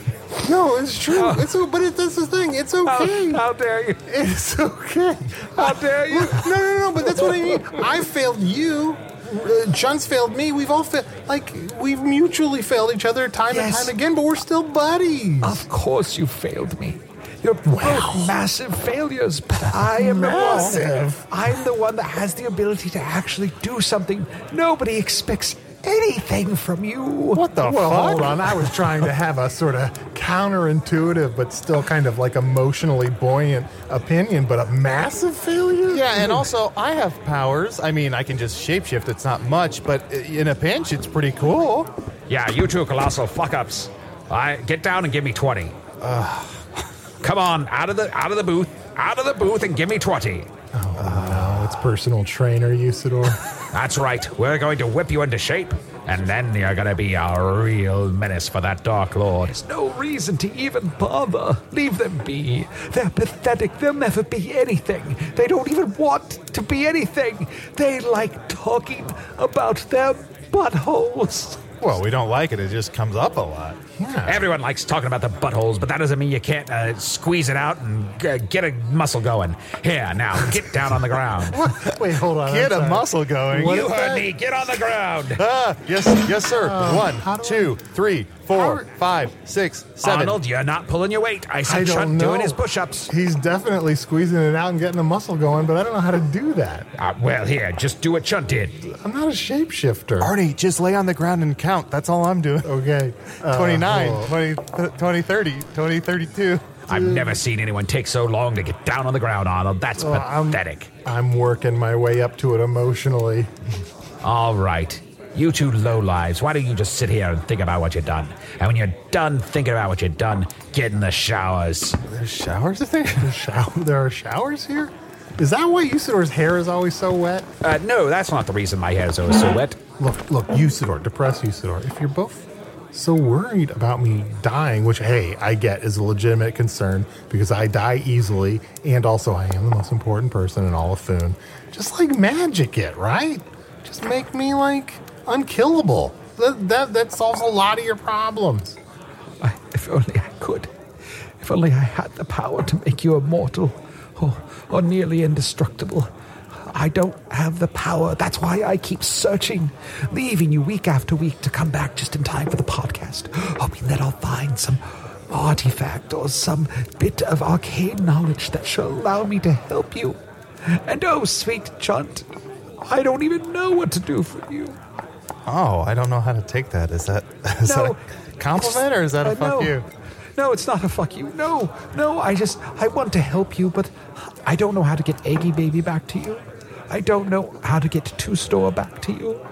No, it's true.
Oh.
It's o- but it, that's the thing. It's okay.
How, how dare you?
It's okay.
How dare you?
Look, no, no, no. But that's what I mean. I failed you. Uh, Jun's failed me. We've all failed. Like we've mutually failed each other time
Yes.
and time again. But we're still buddies.
Uh,
Of course you failed me. You're both massive failures, but I am
Massive.
the one. I'm the one that has the ability to actually do something. Nobody expects anything from you. What
well, hold on. I was trying to have a sort of counterintuitive, but still kind of like emotionally buoyant opinion, but a massive failure?
Yeah, and also I have powers. I mean, I can just shapeshift. It's not much, but i- in a pinch, it's pretty cool.
Yeah, you two colossal fuck ups. I get down and give me twenty. Come on, out of the out of the booth, out of the booth, and give me twenty.
Oh, it's personal trainer, Usador.
That's right. We're going to whip you into shape, and then you're going to be a real menace for that Dark Lord.
There's no reason to even bother. Leave them be. They're pathetic. They'll never be anything. They don't even want to be anything. They like talking about their buttholes.
Well, we don't like it. It just comes up a lot.
Everyone likes talking about the buttholes, but that doesn't mean you can't uh, squeeze it out and uh, get a muscle going. Here, now, get down on the ground.
Wait, hold on.
Get
I'm
a
sorry.
muscle going.
you heard me. Get on the ground.
Ah, yes, yes, sir.
how
One,
do
two, three, four, five, six, seven.
Arnold, you're not pulling your weight. I
I
said
don't
Chunt
know.
doing his push-ups.
He's definitely squeezing it out and getting a muscle going, but I don't know how to do that.
Uh, well, here, just do what Chunt did.
I'm not a shapeshifter.
Arnie, just lay on the ground and count. That's all I'm doing.
Okay. Uh,
29,
hold
20, 20, 30, 20, 32.
I've never seen anyone take so long to get down on the ground, Arnold. That's
I'm-
pathetic.
on. I'm working my way up to it emotionally.
All right. You two low lives, why don't you just sit here and think about what you've done? And when you're done thinking about what you've done, get in the showers.
There's showers there? There's show- there are showers here? Is that why Usador's hair is always so wet?
Uh, no, that's not the reason my hair is always so wet.
Look, look, Usador, depressed Usador. If you're both so worried about me dying, which hey, I get is a legitimate concern because I die easily, and also I am the most important person in all of Foon. Just like magic, it right? Just make me like unkillable. That that, that solves a lot of your problems.
If only I could. If only I had the power to make you immortal or, or nearly indestructible. I don't have the power. That's why I keep searching, leaving you week after week to come back just in time for the podcast, hoping that I'll find some artifact or some bit of arcane knowledge that shall allow me to help you. And oh, sweet Chunt, I don't even know what to do for you.
Oh, I don't know how to take that. Is that is
No,
that a compliment or is that a
Uh, no.
fuck you?
No, it's not a fuck you. No, no, I just, I want to help you, but I don't know how to get Eggy Baby back to you. I don't know how to get Two Store back to you.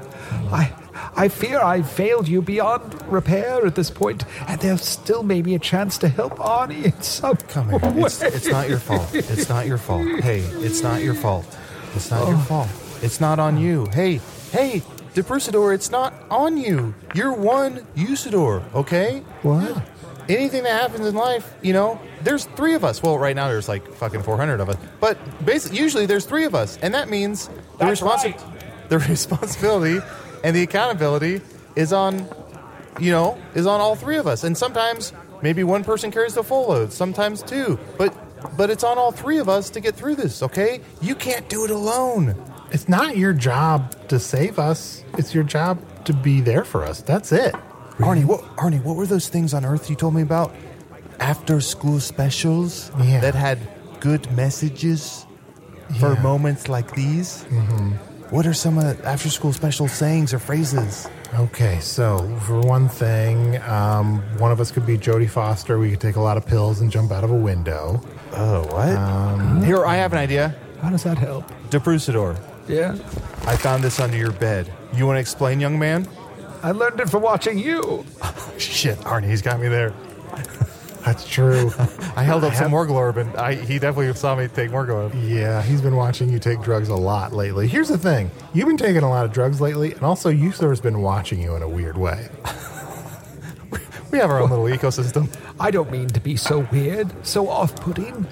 I, I fear I've failed you beyond repair at this point, and there still may be a chance to help Arnie in some Come
here. It's, it's not your fault. It's not your fault. Hey, it's not your fault. It's not your
Oh.
fault. It's not on you. Hey, hey, Deprusador, it's not on you. You're one Usador, okay? What? Anything that happens in life, you know, there's three of us. Well, right now there's like fucking 400 of us, but basically, usually there's three of us, and that means the, responsi- the responsibility and the accountability is on you know, is on all three of us. And sometimes maybe one person carries the full load, sometimes two. But but it's on all three of us to get through this, okay? You can't do it alone.
It's not your job to save us. It's your job to be there for us. That's it.
Arnie, what Arnie, what were those things on earth you told me about? After school specials that had good messages for moments like these?
Mhm.
What are some of the after school special sayings or phrases?
Okay, so for one thing, um, one of us could be Jodie Foster. We could take a lot of pills and jump out of a window.
Oh, what? Here, I have an idea.
How does that help?
Deprusador.
Yeah.
I found this under your bed. You want to explain, young man?
I learned it from watching you.
Shit, Arnie, he's got me there.
That's true.
I held up some
have-
Morgulorb, and I, he definitely saw me take Morgulorb.
Yeah, he's been watching you take drugs a lot lately. Here's the thing you've been taking a lot of drugs lately, and also Usur's been watching you in a weird way.
we have our own little ecosystem.
I don't mean to be so weird, so off putting,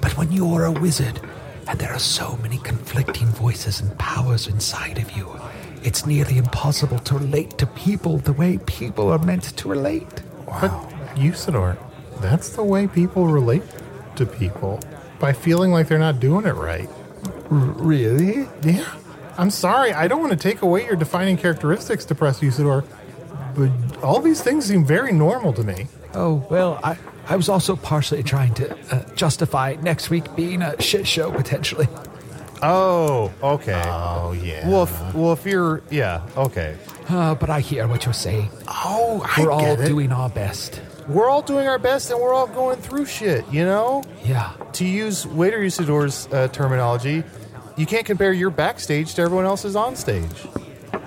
but when you are a wizard and there are so many conflicting voices and powers inside of you, it's nearly impossible to relate to people the way people are meant to relate.
Wow. Usador, that's the way people relate to people by feeling like they're not doing it right.
really?
Yeah. I'm sorry. I don't want to take away your defining characteristics, depressed Usador, but all these things seem very normal to me.
Oh, well, I, I was also partially trying to uh, justify next week being a shit show potentially.
Oh, okay.
Oh, yeah.
Well, if, well, if you're, yeah, okay.
Uh, but I hear what you're saying.
Oh,
We're all doing our best.
We're all doing our best, and we're all going through shit. You know.
Yeah.
To use waiter Usador's uh, terminology, you can't compare your backstage to everyone else's on stage.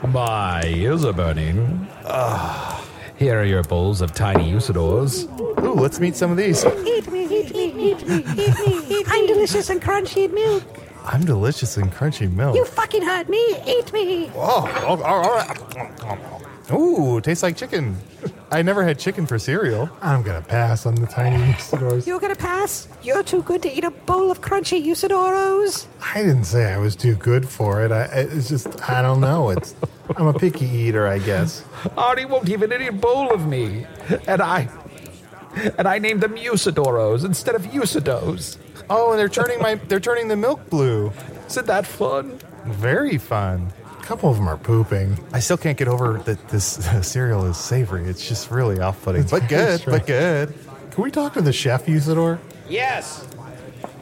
My ears are burning. Ah, here are your bowls of tiny usadors.
Ooh, let's meet some of these.
Eat me, eat me, eat me, eat me. I'm delicious and crunchy and milk.
I'm delicious and crunchy milk.
You fucking hurt me. Eat me.
Oh, oh, all right. Ooh, tastes like chicken. I never had chicken for cereal.
I'm gonna pass on the tiny Usadors.
You're gonna pass. You're too good to eat a bowl of crunchy Usadoros.
I didn't say I was too good for it. I, it's just I don't know. It's I'm a picky eater, I guess.
Arnie won't even eat a bowl of me. And I and I named them Usadoros instead of Usados.
Oh, and they're turning my they're turning the milk blue.
Isn't that fun?
Very fun.
A couple of them are pooping.
I still can't get over that this cereal is savory. It's just really off-putting,
It's
but
very
good,
strange.
but good.
Can we talk to the chef, Usador?
Yes.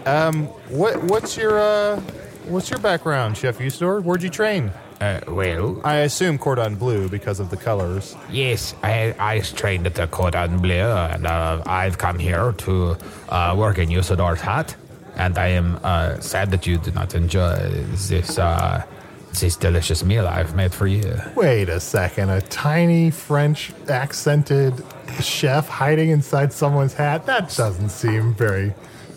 Um, what what's your uh, what's your background, Chef Usador? Where'd you train?
Uh, well,
I assume cordon bleu because of the colors.
Yes, I, I trained at the Cordon Bleu, and uh, I've come here to uh, work in Usador's hut. And I am uh, sad that you did not enjoy this uh, this delicious meal I've made for you.
Wait a second. A tiny French accented chef hiding inside someone's hat? That doesn't seem very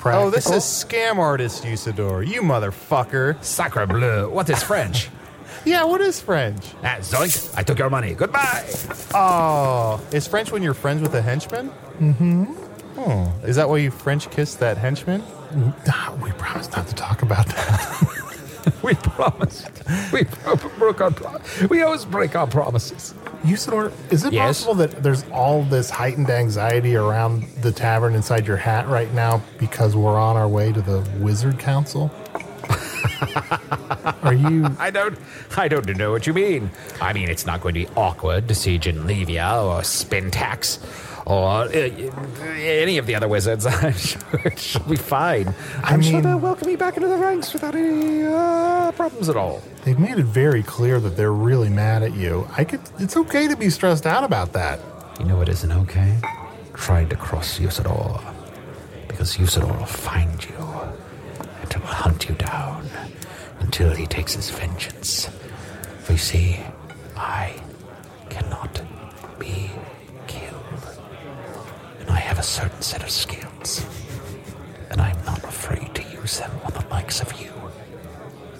Oh, this is scam artist Usador. You motherfucker.
Sacre bleu. What is French?
yeah, what is French?
Ah, zoink. I took your money. Goodbye.
Oh, is French when you're friends with a henchman?
Mm-hmm.
Oh, is that why you French kissed that henchman?
We promised not to talk about that.
we promised. We pro- broke our. Pro- we always break our promises.
Usador, is it
Yes?
possible that there's all this heightened anxiety around the tavern inside your hat right now because we're on our way to the Wizard Council? Are you?
I don't. I don't know what you mean. I mean, it's not going to be awkward to see Genlevia or Spintax or uh, any of the other wizards. I'm sure it should be fine. I'm sure they'll welcome you back into the ranks without any uh, problems at all.
They've made it very clear that they're really mad at you. I could. It's okay to be stressed out about that.
You know what isn't okay? Trying to cross Usador. Because Usador will find you. And will hunt you down. Until he takes his vengeance. For you see, I cannot be killed. And I have a certain set of skills. And I'm not afraid to use them on the likes of you.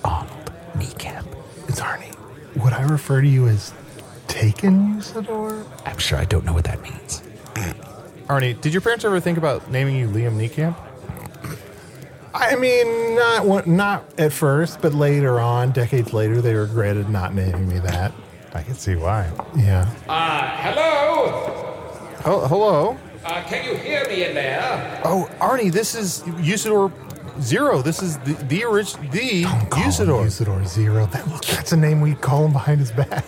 Arnold Kneecap.
It's Arnie. Would I refer to you as taken Usador?
I'm sure I don't know what that means.
Arnie, did your parents ever think about naming you Liam Niekamp?
I mean,
uh,
not when- not at first, but later on, decades later, they regretted not naming me that.
I can see why.
Yeah.
Uh, hello.
Oh, hello.
Uh, can you hear me in there?
Oh, Arnie, this is Usador Zero. This is the the original the Usador.
Usador Zero. That, look, that's a name we call him behind his back.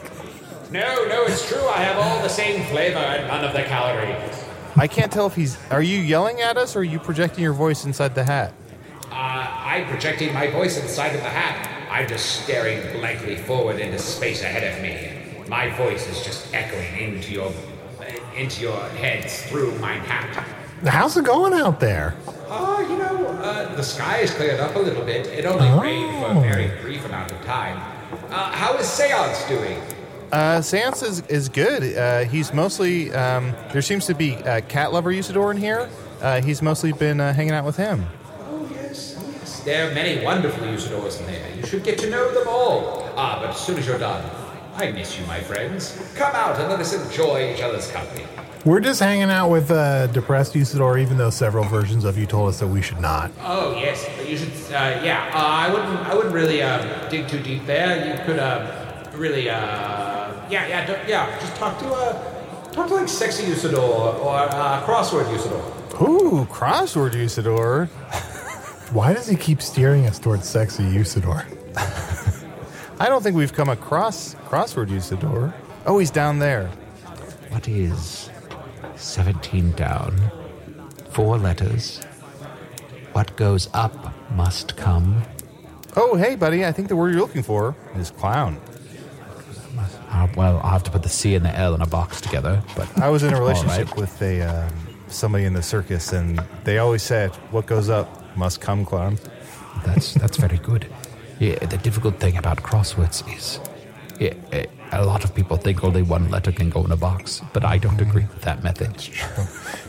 No, no, it's true. I have all the same flavor and none of the calorie.
I can't tell if he's. Are you yelling at us or are you projecting your voice inside the hat?
Uh, I'm projecting my voice inside of the hat. I'm just staring blankly forward into space ahead of me. My voice is just echoing into your into your heads through my hat.
How's it going out there?
Oh, you know, uh, the sky has cleared up a little bit. It only rained for a very brief amount of time. Uh, how is Seance doing?
Uh, Sans is, is good. Uh, he's mostly. Um, there seems to be uh, cat lover Usador in here. Uh, he's mostly been uh, hanging out with him.
Oh, yes, yes. There are many wonderful Usadors in there. You should get to know them all. Ah, but as soon as you're done, I miss you, my friends. Come out and let us enjoy each other's company.
We're just hanging out with uh, depressed Usador, even though several versions of you told us that we should not.
Oh yes, but you should. Uh, yeah, uh, I wouldn't. I wouldn't really um, dig too deep there. You could um, really. Uh, yeah, yeah, d- yeah. Just talk to uh, talk to like sexy Usador or uh, crossword Usador.
Ooh, crossword Usador.
Why does he keep steering us towards sexy Usador?
I don't think we've come across crossword Usador. Oh, he's down there.
What is 17 down? Four letters. What goes up must come.
Oh, hey, buddy. I think the word you're looking for is clown.
Uh, well, I'll have to put the C and the L in a box together. But
I was in a
All
relationship
right.
with a um, somebody in the circus, and they always said, "What goes up must come, clown."
That's that's very good. Yeah, the difficult thing about crosswords is yeah, eh, a lot of people think only one letter can go in a box, but I don't agree with that method.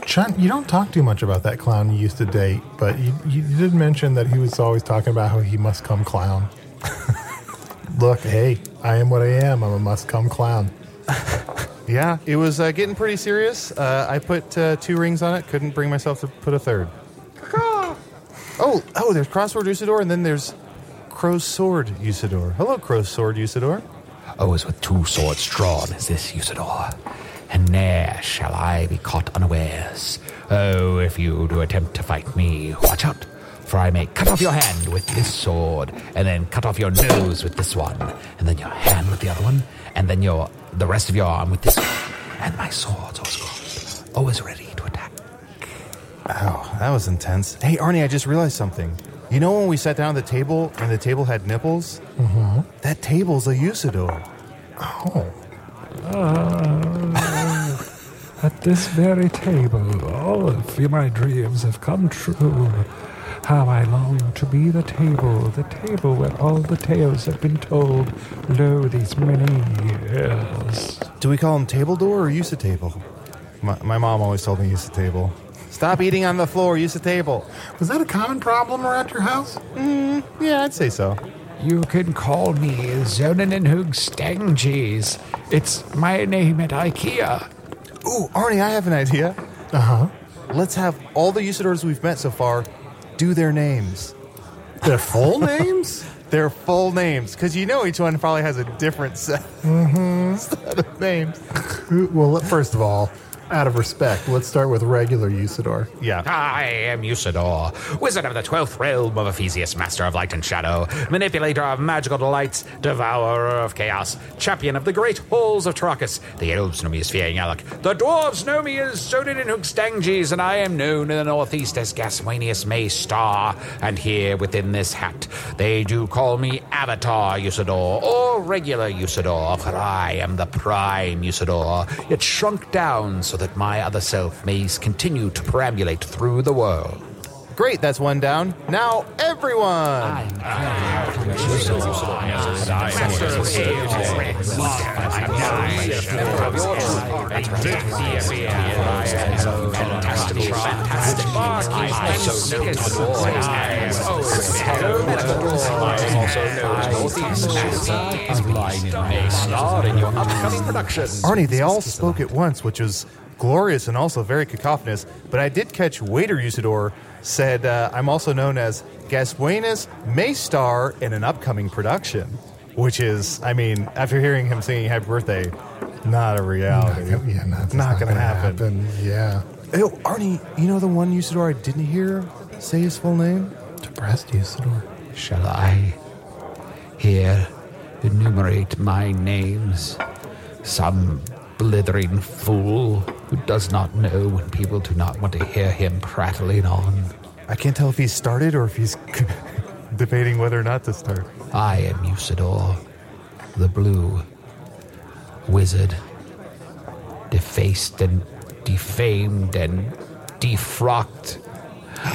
Chun, you don't talk too much about that clown you used to date, but you, you did mention that he was always talking about how he must come clown. Look, hey, I am what I am. I'm a must come clown.
Yeah, it was uh, getting pretty serious. Uh, I put uh, two rings on it. Couldn't bring myself to put a third. oh, oh, there's crossword Usador, and then there's crow sword Usador. Hello, crow sword Usador.
Oh, it's with two swords drawn is this Usador. And ne'er shall I be caught unawares. Oh, if you do attempt to fight me, watch out, for I may cut off your hand with this sword, and then cut off your nose with this one, and then your hand with the other one, and then your the rest of your arm with this one. And my sword's always gone, always ready to attack.
Oh, that was intense. Hey, Arnie, I just realized something. You know when we sat down at the table and the table had nipples?
Mm-hmm.
That table's a Usador.
Ah,
At this very table, all of my dreams have come true. How I long to be the table, the table where all the tales have been told, lo, these many years.
Do we call him table door or use a table? My, my mom always told me use a table. Stop eating on the floor. Use the table.
Was that a common problem around your house?
Mm, yeah, I'd say so.
You can call me Zonenenhug Stanges. It's my name at IKEA.
Ooh, Arnie, I have an idea. Uh huh.
Uh-huh.
Let's have all the Usadors we've met so far do their names.
Their full names?
Their full names, because you know each one probably has a different set, set of names.
Mm-hmm. well, let- first of all, out of respect, let's start with regular Usador.
Yeah.
I am Usador, wizard of the twelfth realm of Ephesius, master of light and shadow, manipulator of magical delights, devourer of chaos, champion of the great halls of Tarakas. The elves know me as Fiangalak. The dwarves know me as Zonin and Hookstanges, and I am known in the northeast as Gaswanius Maystar. And here within this hat, they do call me Avatar Usador or regular Usador, for I am the prime Usador, yet shrunk down so that my other self may continue to perambulate through the world.
Great, that's one down. Now everyone. Arnie, they all spoke at once, which was glorious and also very cacophonous. But I did catch waiter Usador said, uh, "I'm also known as Gasbuenas may star in an upcoming production," which is, I mean, after hearing him singing "Happy Birthday," not a reality.
yeah,
not, gonna, happen.
Yeah.
Ew, Arnie, you know the one Usador I didn't hear say his full name?
Depressed Usador.
Shall I here enumerate my names? Some blithering fool who does not know when people do not want to hear him prattling on.
I can't tell if he's started or if he's debating whether or not to start.
I am Usador, the blue wizard, defaced and defamed and defrocked.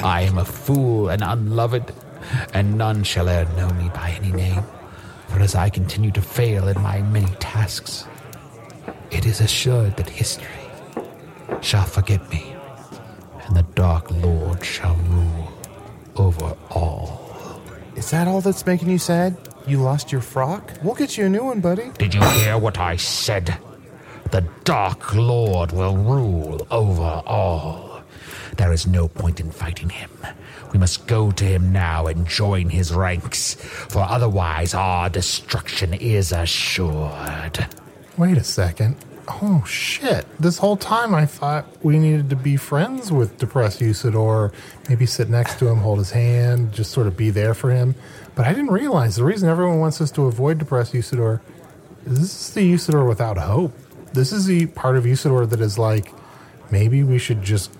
I am a fool and unloved, and none shall e'er know me by any name. For as I continue to fail in my many tasks, it is assured that history shall forget me, and the Dark Lord shall rule over all.
Is that all that's making you sad? You lost your frock? We'll get you a new one, buddy.
Did you hear what I said? The Dark Lord will rule over all. There is no point in fighting him. We must go to him now and join his ranks, for otherwise our destruction is assured.
Wait a second. Oh shit! This whole time I thought we needed to be friends with depressed Usador, maybe sit next to him, hold his hand, just sort of be there for him. But I didn't realize the reason everyone wants us to avoid depressed Usador is this is the Usador without hope. This is the part of Usador that is like, maybe we should just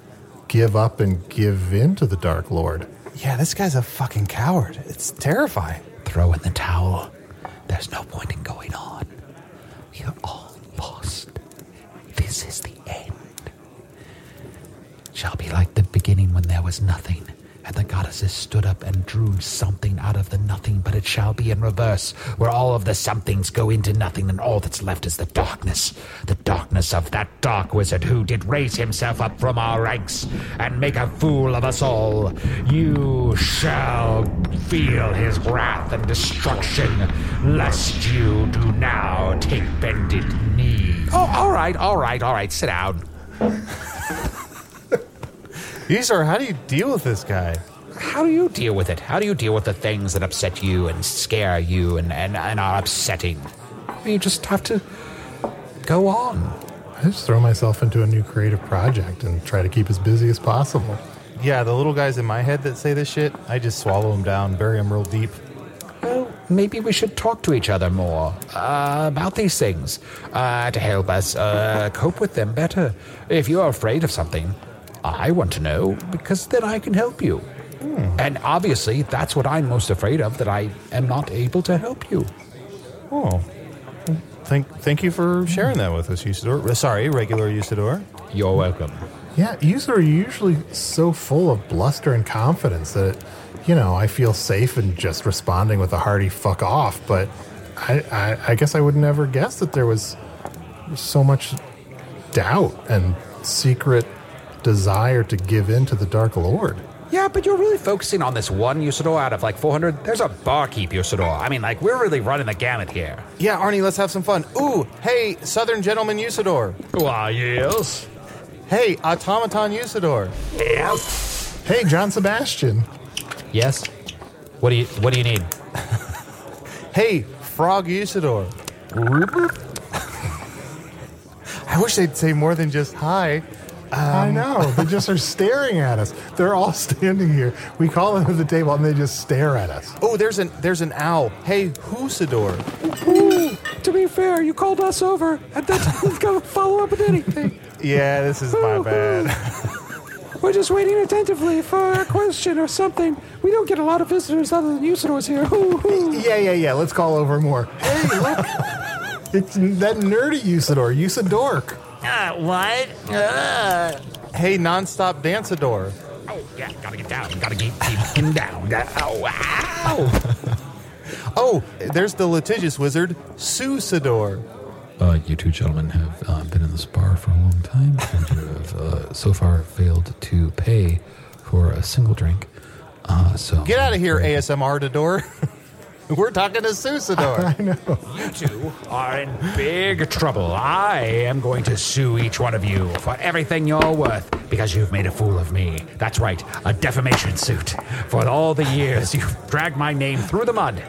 give up and give in to the Dark Lord.
Yeah, this guy's a fucking coward. It's terrifying.
Throw in the towel. There's no point in going on. We are all lost. This is the end. Shall be like the beginning when there was nothing, and the goddesses stood up and drew something out of the nothing, but it shall be in reverse, where all of the somethings go into nothing, and all that's left is the darkness. The darkness of that dark wizard who did raise himself up from our ranks and make a fool of us all. You shall feel his wrath and destruction, lest you do now take bended knees. Oh, all right, all right, all right, sit down.
Usador, how do you deal with this guy?
How do you deal with it? How do you deal with the things that upset you and scare you and, and, and are upsetting? You just have to go on.
I just throw myself into a new creative project and try to keep as busy as possible.
Yeah, the little guys in my head that say this shit, I just swallow them down, bury them real deep.
Well, maybe we should talk to each other more uh, about these things uh, to help us uh, cope with them better. If you're afraid of something, I want to know because then I can help you. And obviously, that's what I'm most afraid of that I am not able to help you.
Oh. Thank, thank you for sharing that with us, Usador. Uh, Sorry, regular Usador.
You're welcome.
Yeah, yous are usually so full of bluster and confidence that, you know, I feel safe in just responding with a hearty fuck off, but I, I, I guess I would never guess that there was so much doubt and secret desire to give in to the Dark Lord.
Yeah, but you're really focusing on this one Usador out of like 400. There's a barkeep Usador. I mean, like, we're really running the gamut here.
Yeah, Arnie, let's have some fun. Ooh, hey, Southern Gentleman Usador.
Why, yes.
Hey, Automaton Usador.
Yes. Hey, John Sebastian.
Yes. What do you What do you need?
hey, Frog Usador. I wish they'd say more than just hi.
I
Um,
know. They just are staring at us. They're all standing here. We call them to the table and they just stare at us.
Oh, there's an there's an owl. Hey, Husador.
Ooh, to be fair, you called us over, and that didn't go follow up with anything.
Yeah, this is my bad.
We're just waiting attentively for a question or something. We don't get a lot of visitors other than Usador's here. Hoo, hoo.
Yeah, yeah, yeah. Let's call over more. Hey, look. it's that nerdy Usador. Usadork.
Uh, what? Hey, nonstop danceador.
Oh, yeah, gotta get down. Gotta keep, keep him down. Ow, ow.
Oh, there's the litigious wizard, Susador.
Uh, you two gentlemen have uh, been in this bar for a long time, and you have uh, so far failed to pay for a single drink. Uh, so
Get out of here, ASMR Dador. We're talking to Susador.
I know.
You two are in big trouble. I am going to sue each one of you for everything you're worth because you've made a fool of me. That's right, a defamation suit. For all the years you've dragged my name through the mud.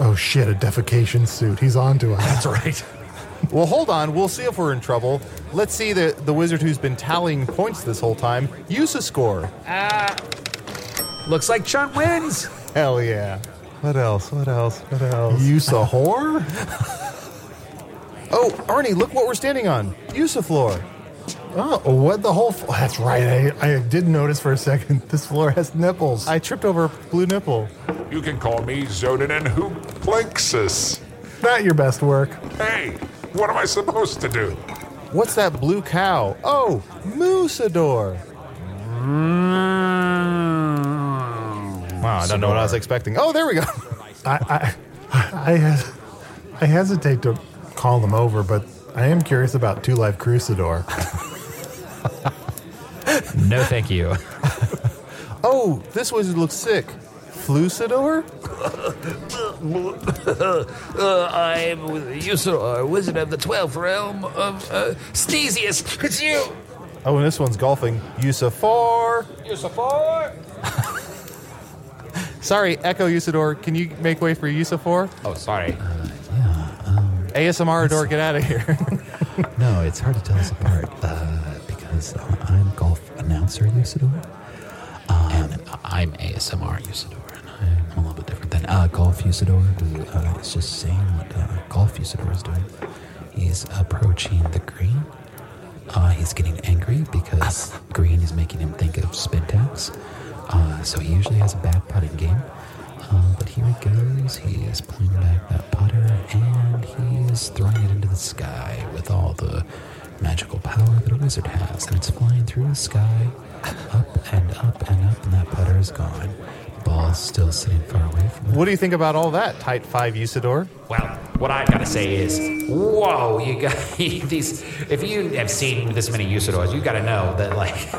Oh, shit. A defecation suit. He's on to us. That's
right.
Well, hold on. We'll see if we're in trouble. Let's see the, the wizard who's been tallying points this whole time. Use a score.
Ah, looks like Chunt wins.
Hell yeah. What else? What else? What else?
Use a whore?
oh, Arnie, look what we're standing on. Use a floor.
Oh, what the whole. F- That's right. I, I did notice for a second this floor has nipples.
I tripped over a blue nipple.
You can call me Zonin and Hoop Planxus.
Not your best work.
Hey, what am I supposed to do?
What's that blue cow? Oh, Moosador.
Oh.
Wow, I don't know what I was expecting. Oh, there we go.
I, I, I, hes- I hesitate to call them over, but I am curious about Two Life Crusador.
No, thank you.
Oh, this wizard looks sick. Flucidor?
uh, I am with Usador, wizard of the twelfth realm of uh, Sneezius. It's you.
Oh, and this one's golfing. Usafor.
Usador.
Sorry, Echo Usador. Can you make way for Usafor?
Oh, sorry.
uh,
ASMR Ador, get out of here.
um, No, it's hard to tell us apart uh, because I'm golf announcer Usador, um, and I'm ASMR Usador, and I'm a little bit different than uh, golf Usador. who, Uh, is just saying what uh, golf Usador is doing. He's approaching the green. Uh, he's getting angry because green is making him think of spin taps. Uh, so he usually has a bad putting game. Uh, but here he goes. He is pulling back that putter and he is throwing it into the sky with all the magical power that a wizard has. And it's flying through the sky, up and up and up, and that putter is gone. Ball's still sitting far away from
What do you think about all that, Tight 5 Usador?
Well, what I've got to say is, whoa, you got these. If you have seen this many Usadors, you got to know that, like,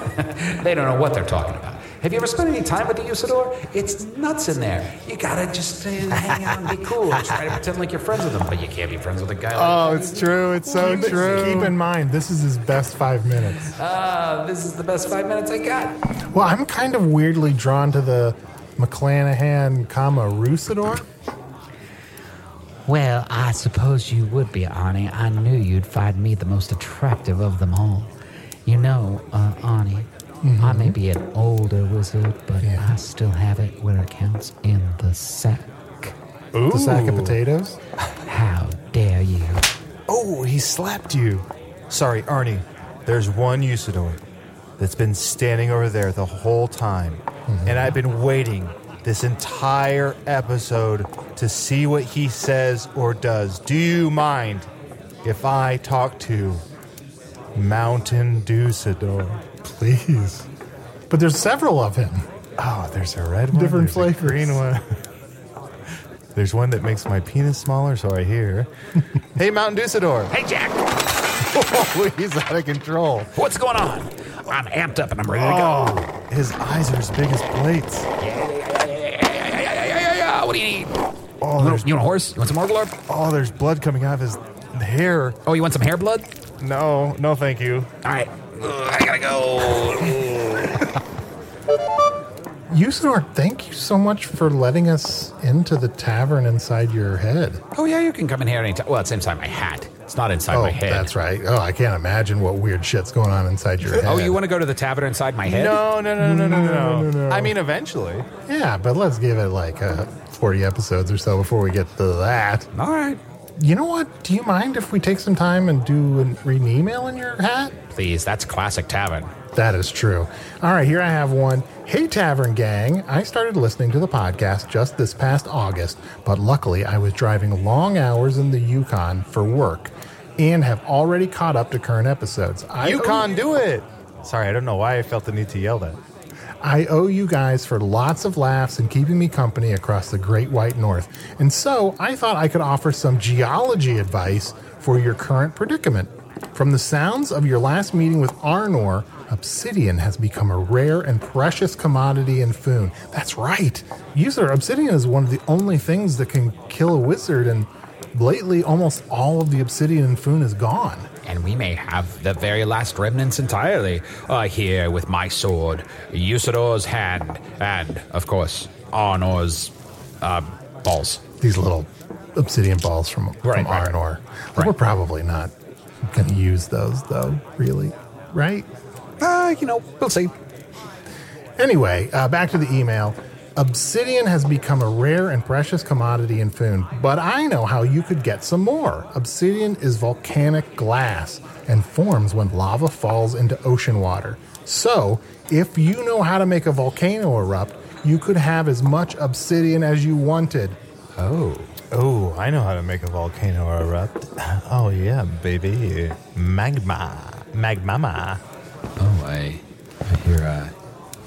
they don't know what they're talking about. Have you ever spent any time with the Usador? It's nuts in there. You got to just uh, hang out and be cool and try to pretend like you're friends with them, but you can't be friends with a guy like
Oh, it's true. It's so
Keep-
true.
Keep in mind, this is his best five minutes.
Ah, this is the best five minutes I got.
Well, I'm kind of weirdly drawn to the McClanahan, comma, Rusador.
Well, I suppose you would be, Arnie. I knew you'd find me the most attractive of them all. You know, uh, Arnie, I may be an older wizard, but I still have it where it counts in the sack.
The sack of potatoes.
How dare you? Oh, he slapped you. Sorry, Arnie. There's one Usador that's been standing over there the whole time.
Mm-hmm.
And I've been waiting this entire episode to see what he says or does. Do you mind if I talk to Mountain Deusador? Please.
But there's several of him.
Oh, there's a red one.
Different
there's a
flavors.
green one. There's one that makes my penis smaller, so I hear. hey, Mountain Deusador.
Hey, Jack.
Oh, He's out of control.
What's going on? I'm amped up and I'm ready to go.
Oh, his eyes are as big as plates.
Yeah, yeah, yeah, yeah. What do you need?
Oh, there's,
you want a horse? You want some more blood?
Oh, there's blood coming out of his hair.
Oh, you want some hair blood?
No, no, thank you.
All right, Ugh, I gotta go.
Usador, thank you so much for letting us into the tavern inside your head.
Oh yeah, you can come in here anytime. Well, it's inside my hat. It's not inside
oh,
my head.
that's right. Oh, I can't imagine what weird shit's going on inside your head.
Oh, you want to go to the tavern inside my head?
No, no, no, no, no, no, no, I mean, eventually.
Yeah, but let's give it like uh, 40 episodes or so before we get to that.
All right.
You know what? Do you mind if we take some time and do an, read an email in your hat?
Please, that's classic tavern.
That is true. All right, here I have one. Hey, Tavern Gang. I started listening to the podcast just this past August, but luckily I was driving long hours in the Yukon for work and have already caught up to current episodes. I
You can't do it. Sorry, I don't know why I felt the need to yell that.
I owe you guys for lots of laughs and keeping me company across the great white north. And so I thought I could offer some geology advice for your current predicament. From the sounds of your last meeting with Arnor, obsidian has become a rare and precious commodity in Foon. That's right. User, obsidian is one of the only things that can kill a wizard, and lately almost all of the obsidian in Foon is gone.
And we may have the very last remnants entirely. Uh, here with my sword, Usador's hand, and, of course, Arnor's uh, balls.
These little obsidian balls from,
Right,
from
right.
iron ore. We're probably not going to use those, though, really, right?
Uh, you know, we'll see.
Anyway, uh, back to the email. Obsidian has become a rare and precious commodity in Foon, but I know how you could get some more. Obsidian is volcanic glass and forms when lava falls into ocean water. So, if you know how to make a volcano erupt, you could have as much obsidian as you wanted.
Oh. Oh, I know how to make a volcano erupt. Oh, yeah, baby. Magma. Magmama.
Oh, I, I hear uh,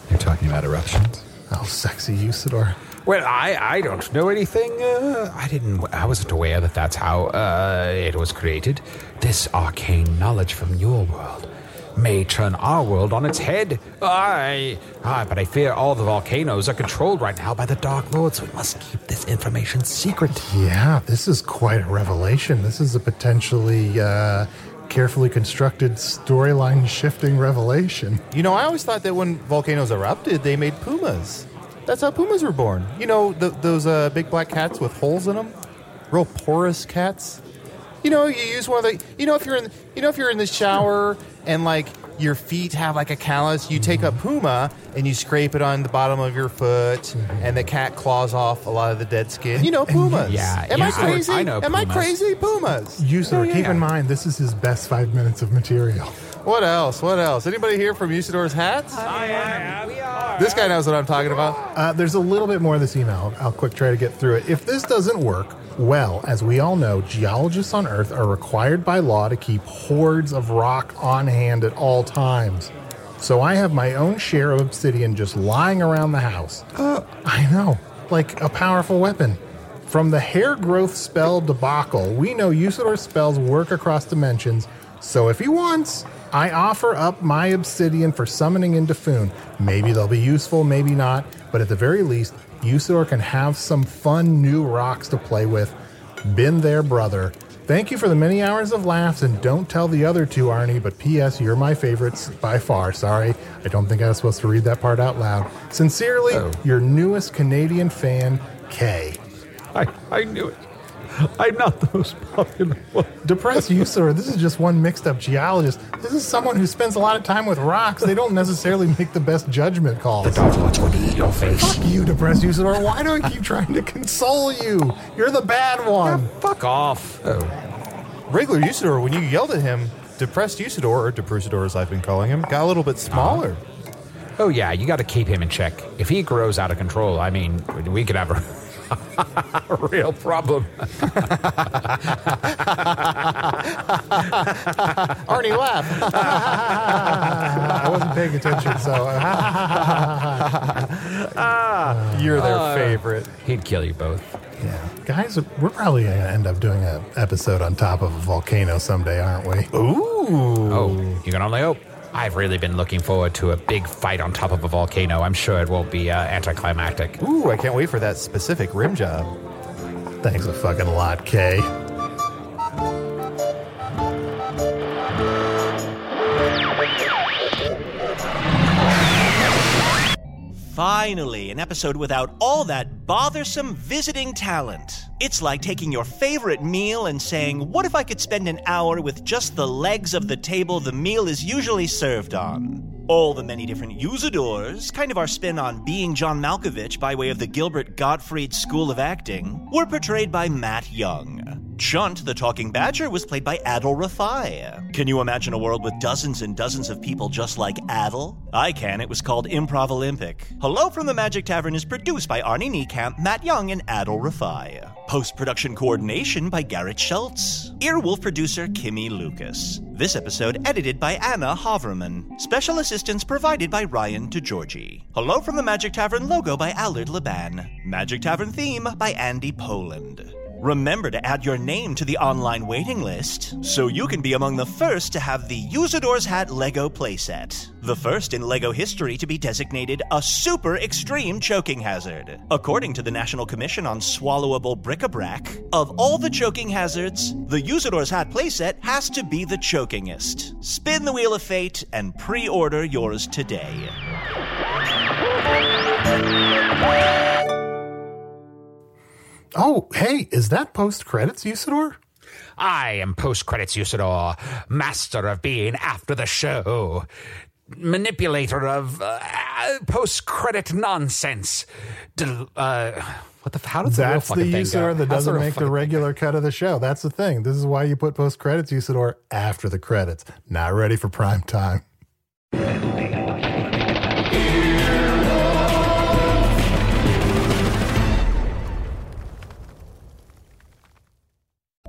you're talking about eruptions.
Oh, sexy Usador.
Well, I, I don't know anything. Uh, I didn't. I wasn't aware that that's how uh, it was created. This arcane knowledge from your world may turn our world on its head. I, ah, but I fear all the volcanoes are controlled right now by the Dark Lord, so we must keep this information secret.
Yeah, this is quite a revelation. This is a potentially uh, carefully constructed storyline shifting revelation.
You know, I always thought that when volcanoes erupted, they made pumas. That's how pumas were born. You know, th those uh, big black cats with holes in them, real porous cats. You know, you use one of the. You know, if you're in, you know, if you're in the shower and like your feet have like a callus, you take a puma and you scrape it on the bottom of your foot,
Mm-hmm.
and the cat claws off a lot of the dead skin. You know, pumas.
Yeah,
Am I
yeah, I-
crazy?
I know
Am I
pumas.
crazy? Pumas.
Usador,
Oh, yeah.
keep in mind, this is his best five minutes of material.
What else? What else? Anybody here from Usador's hats? This guy knows what I'm talking about.
Uh, there's a little bit more of this email. I'll quick try to get through it. If this doesn't work, well, as we all know, geologists on Earth are required by law to keep hordes of rock on hand at all times. So I have my own share of obsidian just lying around the house. I know, like a powerful weapon. From the hair growth spell debacle, we know Usador's spells work across dimensions, so if he wants, I offer up my obsidian for summoning into Foon. Maybe they'll be useful, maybe not, but at the very least, Usador can have some fun new rocks to play with. Been there, brother. Thank you for the many hours of laughs, and don't tell the other two, Arnie, but P.S., you're my favorites by far. Sorry, I don't think I was supposed to read that part out loud. Sincerely, your newest Canadian fan, Kay.
I, I knew it. I'm not the most popular one.
Depressed usurer, this is just one mixed up geologist. This is someone who spends a lot of time with rocks. They don't necessarily make the best judgment calls.
going to eat your face.
Fuck you, depressed usurer. Why do I keep trying to console you? You're the bad one.
Fuck off. Oh,
Regular Usador, when you yelled at him, depressed Usador, or Deprusador as I've been calling him, got a little bit smaller.
Oh yeah, you got to keep him in check. If he grows out of control, I mean, we could have a Real problem.
Arnie, laugh. I wasn't paying attention, so. uh, ah, you're their
Uh,
favorite.
He'd kill you both.
Yeah. Guys, we're probably going to end up doing an episode on top of a volcano someday, aren't we?
Ooh. Oh, you can only hope. I've really been looking forward to a big fight on top of a volcano. I'm sure it won't be uh, anticlimactic.
Ooh, I can't wait for that specific rim job.
Thanks a fucking lot, Kay.
Finally, an episode without all that bothersome visiting talent. It's like taking your favorite meal and saying, What if I could spend an hour with just the legs of the table the meal is usually served on? All the many different usadors, kind of our spin on being John Malkovich by way of the Gilbert Gottfried School of Acting, were portrayed by Matt Young. Chunt, the talking badger, was played by Adil Rafai. Can you imagine a world with dozens and dozens of people just like Adil? I can. It was called Improv Olympic. Hello from the Magic Tavern is produced by Arnie Niekamp, Matt Young, and Adil Rafai. Post production coordination by Garrett Schultz. Earwolf producer Kimmy Lucas. This episode edited by Anna Hoverman. Special assistance provided by Ryan DeGiorgi. Hello from the Magic Tavern logo by Allard Laban. Magic Tavern theme by Andy Poland. Remember to add your name to the online waiting list so you can be among the first to have the Usador's Hat Lego playset. The first in Lego history to be designated a super extreme choking hazard. According to the National Commission on Swallowable Bric-a-Brac, of all the choking hazards, the Usador's Hat playset has to be the chokingest. Spin the wheel of fate and pre-order yours today.
Oh, hey, is that post credits, Usador?
I am post credits Usador, master of being after the show, manipulator of uh, post credit nonsense. Del- uh, what the? f- How does the real
That's the
fucking thing go?
Usador that
How's
doesn't
real
make the
fucking-
regular cut of the show. That's the thing. This is why you put post credits, Usador, after the credits. Not ready for prime time.